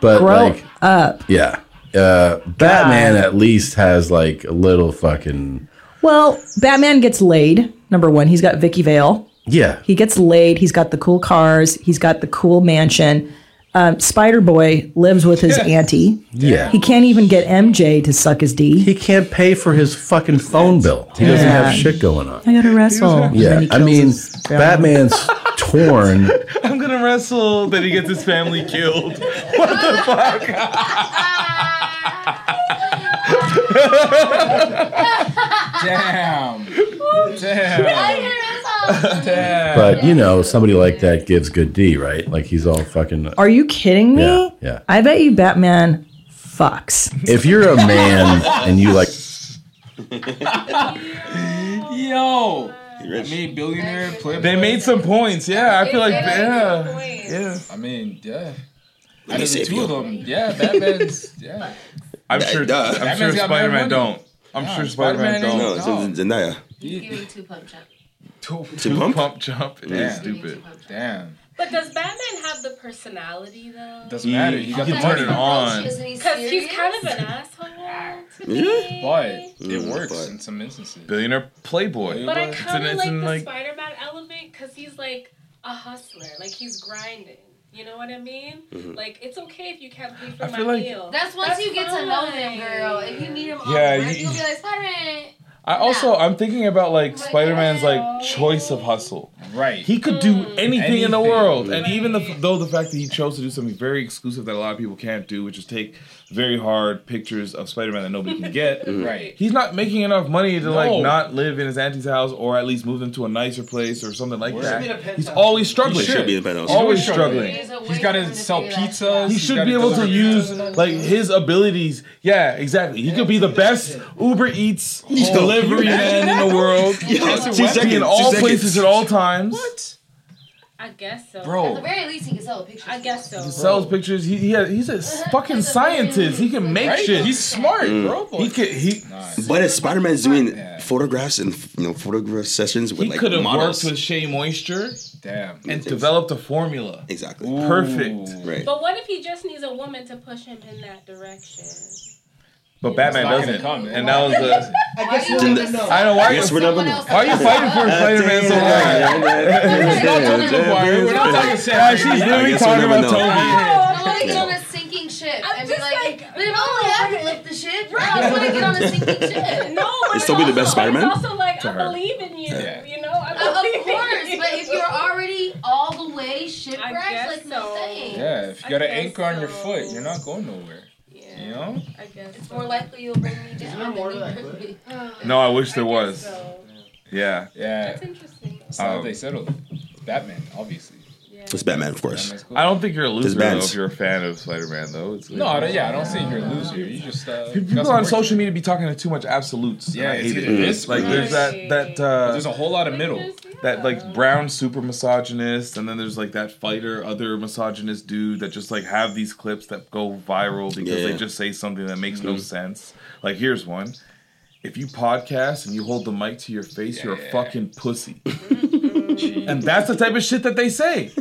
F: but
B: Grow
F: like, up. Yeah, uh, Batman at least has like a little fucking
V: Well, Batman gets laid. Number one, he's got Vicky Vale.
F: yeah.
V: He gets laid. He's got the cool cars. He's got the cool mansion. Um, Spider Boy lives with his auntie.
F: Yeah.
V: He can't even get MJ to suck his D.
F: He can't pay for his fucking phone bill. He doesn't have shit going on.
V: I gotta wrestle.
F: Yeah, I mean, Batman's torn.
B: I'm gonna wrestle that he gets his family killed. What the fuck?
A: Damn. Damn. Damn.
F: But you know, somebody like that gives good D, right? Like he's all fucking.
V: Are you kidding me?
F: Yeah, yeah.
V: I bet you Batman fucks.
F: If you're a man and you like
A: Yo. Me, Oh, billionaire, playboy.
B: They made some points. Yeah, I feel like
A: They made some
B: yeah,
A: points.
B: yeah.
A: I mean, yeah.
B: Let me
A: Out of the
B: save
A: two
B: you.
A: of them, yeah, Batman's, yeah.
B: I'm sure.
D: Duh.
B: I'm sure Spider Man don't. I'm sure Spider Man don't.
D: No, it's a Zendaya.
A: He's
M: giving two pump jump.
A: Two,
D: Two pump?
B: jump is
A: Damn.
B: stupid.
A: Damn.
M: But does Batman have the personality though?
A: Doesn't matter. He got
B: He
A: the
B: can turn
A: money.
B: it on.
M: Because he's kind of an asshole. to me.
A: But it
B: Mm,
A: works
B: but-
A: in some instances.
B: Billionaire playboy.
M: But I
B: It's
M: kind
B: in-
M: of
B: it's
M: like
B: in,
M: the Spider-Man element because he's like a hustler. Like he's grinding. You know what I mean?
B: Mhm.
M: Like it's okay if you can't pay for
B: I
M: my
B: feel like-
M: meal.
C: That's once you get to know them,
M: fine.
C: girl. If you meet them all,
B: Yeah,
C: yeah, you,
B: you-
C: will be like, Spider-Man.
B: I also I'm thinking about like Spider Man's like choice of hustle.
A: Right. Mm.
B: He could do anything, in the
A: Anything.
B: world, and even the, though the fact that he chose to do something very exclusive that a lot of people can't do, which is take very hard pictures of Spider Man that nobody can get.
A: Right.
B: He's not making enough money to
A: No.
B: like not live in his auntie's house or at least move into a nicer place or something like
A: Word. Should be in a
B: that.
A: penthouse.
B: He's always struggling.
D: He should be in a penthouse.
B: Always
A: He's always
B: struggling.
A: He's got to sell pizzas.
B: He
A: he's
B: should
A: gotta
B: be able to
A: deliver
B: use
A: pizzas.
B: like his abilities. Yeah, exactly. He could be the best Uber Eats
A: Yo, can you
B: delivery
A: imagine
B: man in
A: that?
B: the world.
A: Yo, that's a
B: He could
A: weapon.
B: be in
A: Two
B: all
A: seconds.
B: places at all times.
M: I guess so.
B: Bro. At the
M: very least, he can sell a picture. I guess so.
B: He sells pictures. He, he has, he's a fucking scientist. He can make
A: Right?
B: shit.
A: He's smart,
D: Mm.
A: bro.
B: He could he
D: But if Spider Man's doing photographs and you know photograph sessions with
B: he
D: like
B: could have
D: models,
B: worked with Shea Moisture.
A: Damn.
B: And developed a formula.
D: Exactly.
B: Perfect.
D: Right.
M: But what if he just needs a woman to push him in that direction?
B: But Batman
A: not gonna
B: doesn't.
A: come, man.
B: and that was a.
M: I
A: guess we'll never know.
B: I know why.
A: I guess we'll never know.
B: Why are you fighting for Spider Man so hard?
A: Tobey Maguire. We're not talking Sam
B: Guys, she's
A: Raimi. I
B: literally
A: guess we'll
B: talking
A: never
B: about
A: know.
B: Toby.
C: Somebody get
B: Yeah.
C: on a sinking ship and be like, but if only I could lift the ship, bro. I want to get on a sinking ship.
M: No,
D: Is Toby the best Spider Man?
M: Also, like,
D: To
M: I
D: her.
M: believe in you.
D: Yeah.
M: You know, I
C: Uh,
M: believe
C: of course, but if you're already all the way shipwrecked, like no thanks.
A: Yeah, if you got an anchor on your foot, you're not going nowhere. You know?
C: I guess it's more likely you'll bring me down. Than you bring
M: Uh,
C: me.
B: No, I wish there was. Yeah.
A: Yeah. That's
M: interesting.
A: That's how
B: Um,
A: they settled it. Batman, obviously.
D: It's Batman, of course.
B: I don't think you're a
D: Just
B: loser though,
D: bands.
B: if you're a fan of Spider Man though. It's
A: No, I don't- yeah, I don't say you're a loser. You just uh, got
B: People
A: some
B: on
A: work
B: social media be talking to too much absolutes.
A: Yeah,
B: Yeah, I
A: it's
B: hate it.
A: either this
B: like
A: or
B: there's that
A: that.
B: that uh,
A: There's a whole lot of middle.
B: that like brown super misogynist, and then there's like that fighter other misogynist dude that just like have these clips that go viral because
D: Yeah.
B: they just say something that makes no
D: Mhm.
B: sense. Like here's one: if you podcast and you hold the mic to your face, you're a fucking pussy. and that's the type of shit that they say.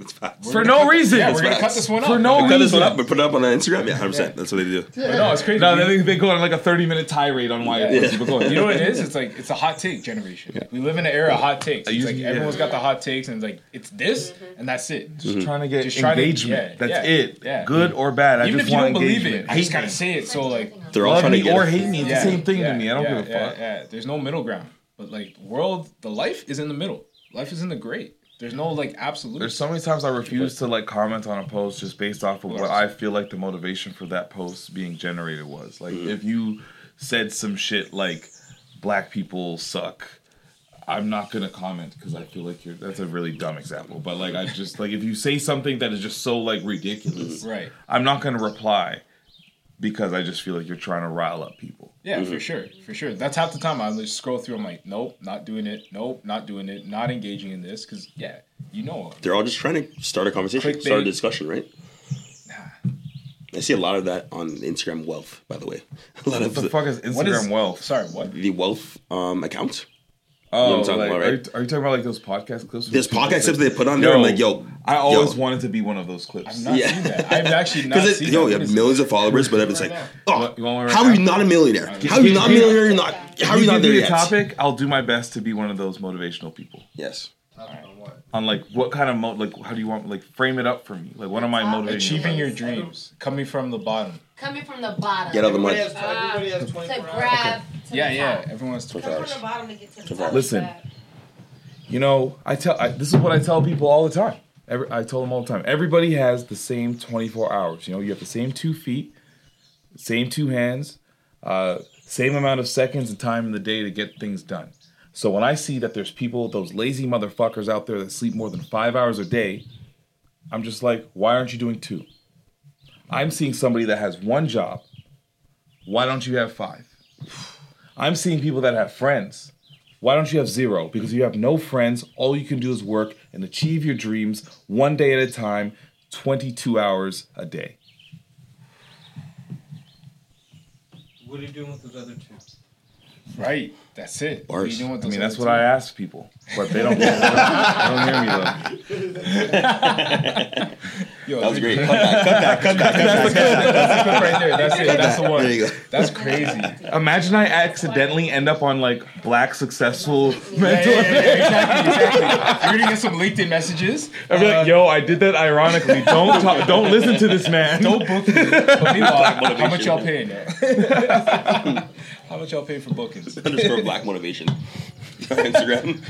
D: We're
B: For
D: gonna
B: no
D: cut-
B: reason.
D: yeah, we're gonna cut
A: this one
B: For
A: up.
B: no
D: Cut
B: reason.
D: this one up and put it up on Instagram. Yeah, hundred percent. That's what they do.
A: But No, it's crazy.
B: No, they, they go on like a 30 minute tirade on why
A: Yeah.
B: it's but go ahead.
A: You know what it is? It's like it's a hot take generation. We live in an era of hot takes.
B: I
A: It's
B: use-
A: like
B: yeah.
A: everyone's got the hot takes, and it's like it's this, and that's it.
B: Just trying to get
A: Just trying to- yeah,
B: engagement. That's
A: yeah,
B: it.
A: yeah.
B: Good or bad. I
A: Even
B: just
A: if you
B: want
A: don't believe it,
B: engagement.
A: I just
B: Hate
A: gotta
B: me.
A: say it. So like,
B: They're all Love trying to me get or it. hate me. It's the same thing to me. I don't give a
A: yeah,
B: fuck.
A: Yeah, there's no middle ground. But like, the world, the life is in the middle. Life is in the gray. There's no like absolute.
B: There's so many times I refuse to like comment on a post just based off of what I feel like the motivation for that post being generated was.
A: Mm.
B: Like if you said some shit like black people suck, I'm not gonna comment because I feel like you're that's a really dumb example. But like I just like if you say something that is just so like ridiculous,
A: Right.
B: I'm not gonna reply because I just feel like you're trying to rile up people.
A: Yeah, for sure, for sure. That's half the time I just scroll through. I'm like, nope, not doing it. Nope, not doing it. Not engaging in this because yeah, you know,
D: They're all just trying to start a conversation,
A: Clickbait.
D: start a discussion, right? I see a lot of that on Instagram Wealth, by the way. A lot
B: What
D: of
B: the fuck is
D: What
B: Instagram Wealth? Sorry, what?
D: The Wealth um, account.
B: Oh,
D: You know what I'm talking
B: like,
D: about,
B: are,
D: right?
B: you, are you talking about like those podcast clips?
D: There's podcast clips they put on there. I'm like, yo,
B: I
D: yo.
B: always wanted to be one of those clips.
D: I've not Yeah. seen that.
A: I've actually not
D: Because
A: seen
D: yo,
A: that.
D: you have millions of followers, but it's like, oh,
B: right
D: how are you
B: now?
D: not a millionaire?
B: Give-
D: How are you
B: give
D: not a
B: me-
D: millionaire? You're not. How are
B: If
D: you not
B: give
D: there
B: me a
D: yet?
B: topic, I'll do my best to be one of those motivational people.
D: Yes.
B: On like what kind of mo- like how do you want like frame it up for me? Like what am I motivating?
A: Achieving your dreams, coming from the bottom.
C: Coming from the bottom.
B: Get out of the mud.
A: Everybody has
C: Uh,
A: 24
C: To grab. To
A: Yeah,
C: the
A: yeah.
C: top.
A: Everyone's
C: Come
A: twenty
C: from
A: hours.
C: the bottom to get to the top.
B: Listen, you know, I tell I, this is what I tell people all the time. Every, I tell them all the time. Everybody has the same 24 hours. You know, you have the same two feet, same two hands, uh, same amount of seconds and time in the day to get things done. So when I see that there's people, those lazy motherfuckers out there that sleep more than five hours a day, I'm just like, why aren't you doing two? I'm seeing somebody that has one job. Why don't you have five? I'm seeing people that have friends. Why don't you have zero? Because you have no friends. All you can do is work and achieve your dreams one day at a time, 22 hours a day.
R: What are you doing with those other two?
A: Right. That's it. What are you doing with
B: I
A: those
B: mean, that's
A: other
B: what I
A: two?
B: ask people, but they don't, they don't hear me though.
A: Yo, That was great. Cut that, cut that, cut that, cut that, cut that. That's the clip right there. That's it.
B: Cut
A: That's
B: that.
A: the one.
B: There you go.
A: That's crazy.
B: Imagine I accidentally end up on like black successful mental.
A: exactly, exactly. You're gonna get some LinkedIn messages. Uh,
B: I'd be like, yo, I did that ironically. Don't talk, don't listen to this man.
A: Don't book me. But meanwhile, how much y'all paying? yo? how much y'all paying for bookings?
D: Underscore black motivation. Instagram.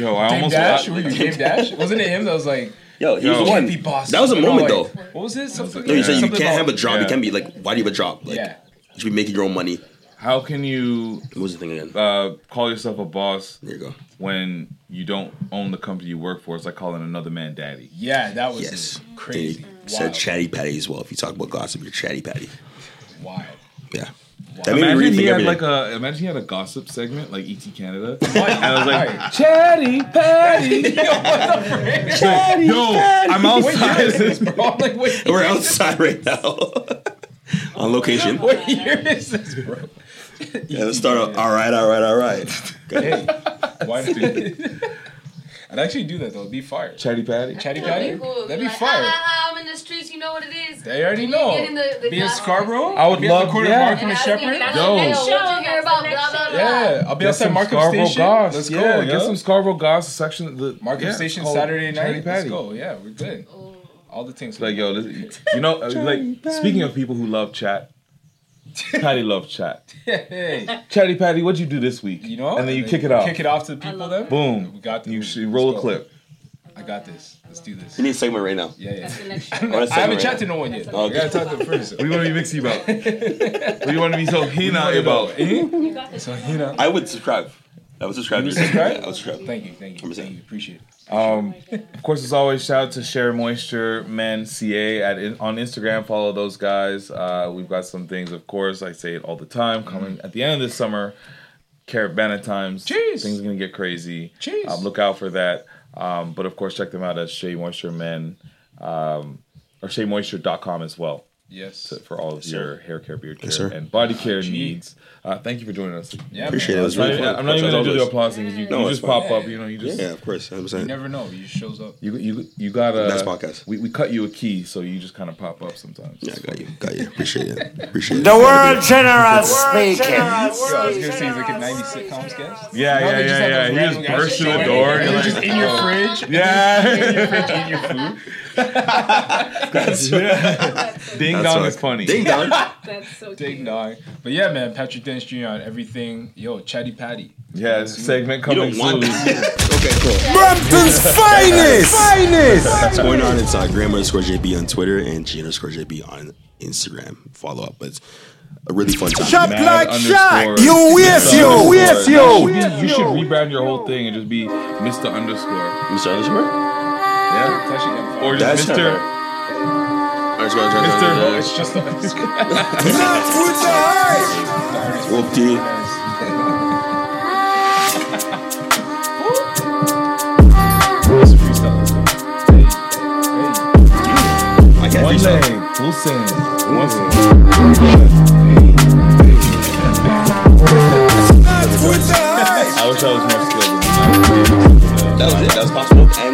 B: Yo,
A: Dame Dash, who were you? Dame Dash? Wasn't it him that was like,
D: Yo, he
A: you
D: was the
A: can't
D: one.
A: Be boss.
D: That was a
A: No,
D: moment
A: like,
D: though.
A: What was it? Something.
D: No, you said you
A: something
D: can't
A: about-
D: have a job. You
A: Yeah.
D: can't be like, why do you have a job? Like,
A: Yeah.
D: you should be making your own money.
B: How can you? What
D: was the thing again?
B: Uh, call yourself a boss.
D: There you go.
B: When you don't own the company you work for, it's like calling another man daddy.
A: Yeah, that was
D: Yes.
A: crazy.
D: They said chatty patty as well. If you talk about gossip, you're chatty patty.
A: Wild.
D: Yeah.
B: imagine he had
D: everything.
B: like a imagine he had a gossip segment like ET Canada, and I was like,
A: Chatty Patty.
B: Chatty Yo, I'm outside.
A: this, bro. I'm like, wait,
D: We're outside right now on location.
A: what year is this, bro?
D: Yeah, let's start off. All right, all right, all right.
A: Hey, why not? I'd actually do that though. It'd be fire.
B: Chatty Patty.
A: Chatty
C: That'd
A: Patty.
C: be cool.
A: That'd
C: Be
A: be
C: like,
A: fire.
C: "Ah, ah, ah, I'm in the streets. You know what it is.
A: They already
C: You
A: know.
C: get in the- the
A: be in
C: gossip.
A: Scarborough.
B: I would
A: be at the
B: love-
A: corner of
B: yeah.
A: Markham
C: And
A: and
C: I was gonna
A: Shepherd.
C: be like, "Hey, yo, what you hear about blah blah blah.
A: Yeah, I'll be
B: Get
A: outside
B: some
A: Markham
B: Scarborough
A: Station.
B: Goss.
A: Let's
B: yeah,
A: go,
B: Get
A: yo.
B: some Scarborough Goss section. The
A: Markham
B: yeah,
A: Station
B: called
A: Saturday
B: Chatty
A: night. Let's
B: Patty.
A: go. Yeah, we're good. All the things.
B: Like yo, this, you know, uh, like speaking of people who love chat, Patty loves chat.
A: hey,
B: Chatty Patty, what'd you do this week? You
A: know,
B: and then you kick it off.
A: Kick it off to the people. Then
B: Boom.
A: We got
B: You should roll
A: Let's
B: a
A: go.
B: clip.
A: I got this. Let's do this.
D: You need a segment right now.
A: Yeah, yeah. I
D: I wanna
A: haven't
D: segue.
A: chatted to no one yet.
D: Okay.
A: I gotta talk to the person.
B: What do you want to be mixy about? what do you want to be so keen out about?
A: So you know.
D: I would subscribe. I would subscribe.
B: You would
D: to your-
B: subscribe?
D: I would subscribe.
A: Thank you, thank you, thank you. Appreciate it.
B: Um, of course, as always, shout out to Share Moisture Men CA at on Instagram. Follow those guys. Uh, we've got some things, of course. I say it all the time. Coming at the end of this summer, Caravana times. Things are gonna get crazy.
A: Jeez.
B: Um, look out for that. Um, but of course, check them out at Shea Moisture Men um, or SheaMoisture.com as well.
A: Yes.
B: To- for all of your hair care, beard care,
D: Yes, sir.
B: and body care needs. Uh, thank you for joining us.
A: Yeah,
D: Appreciate it. It was
B: I'm
D: really
B: not-
D: fun.
B: I'm not even
D: As
B: gonna do the
D: always.
B: applause thing. 'cause You,
D: No,
B: you
D: it's
B: just
D: fine.
B: pop up. You know, you just
D: Yeah, of course. I
A: You never know. He just shows up.
B: you you you got a
D: Best podcast.
B: We, we cut you a key, so you just kind of pop up sometimes. Yeah, I got you,
D: got you. Appreciate it. Appreciate
H: The world generous speaking.
A: Yo, I was gonna say he's like a '90s sitcom sketch.
B: Yeah,
A: You know,
B: yeah,
A: they just have
B: yeah, yeah.
A: those
B: He
A: random
B: just
A: guys
B: burst through
A: showing
B: the
A: up,
B: door.
A: and
B: You're
A: they're
B: like,
A: just in your
B: oh.
A: fridge.
B: Yeah.
A: in your fridge, eating your food. That's yeah. Ding
B: That's
A: dong
B: right.
A: is funny.
B: Ding dong.
A: That's so Ding dong. But yeah, man, Patrick Dennis Jr. on everything. Yo, Chatty Patty.
B: Yeah, it's a segment coming
A: don't want
B: soon.
E: okay, cool.
A: Brampton's
D: finest!
E: Finest! What's going on? It's uh, Graham underscore JB on Twitter and G underscore JB on Instagram. Follow up, but it's a really fun time.
D: Shop like shop.
E: underscore-
D: You wears you. Wears
B: You
D: you.
B: should, be- you should rebrand your whole thing and just be Mr. Underscore.
E: Mr. Underscore?
A: Yeah.
B: Or just
E: That's
B: Mr.
E: her. Underscore, underscore,
B: Mr.
E: underscore.
A: It's just like
E: Whoop-dee.
B: One day, we'll sing. One I wish I was more skilled.
E: That was it. That was possible. And Mm.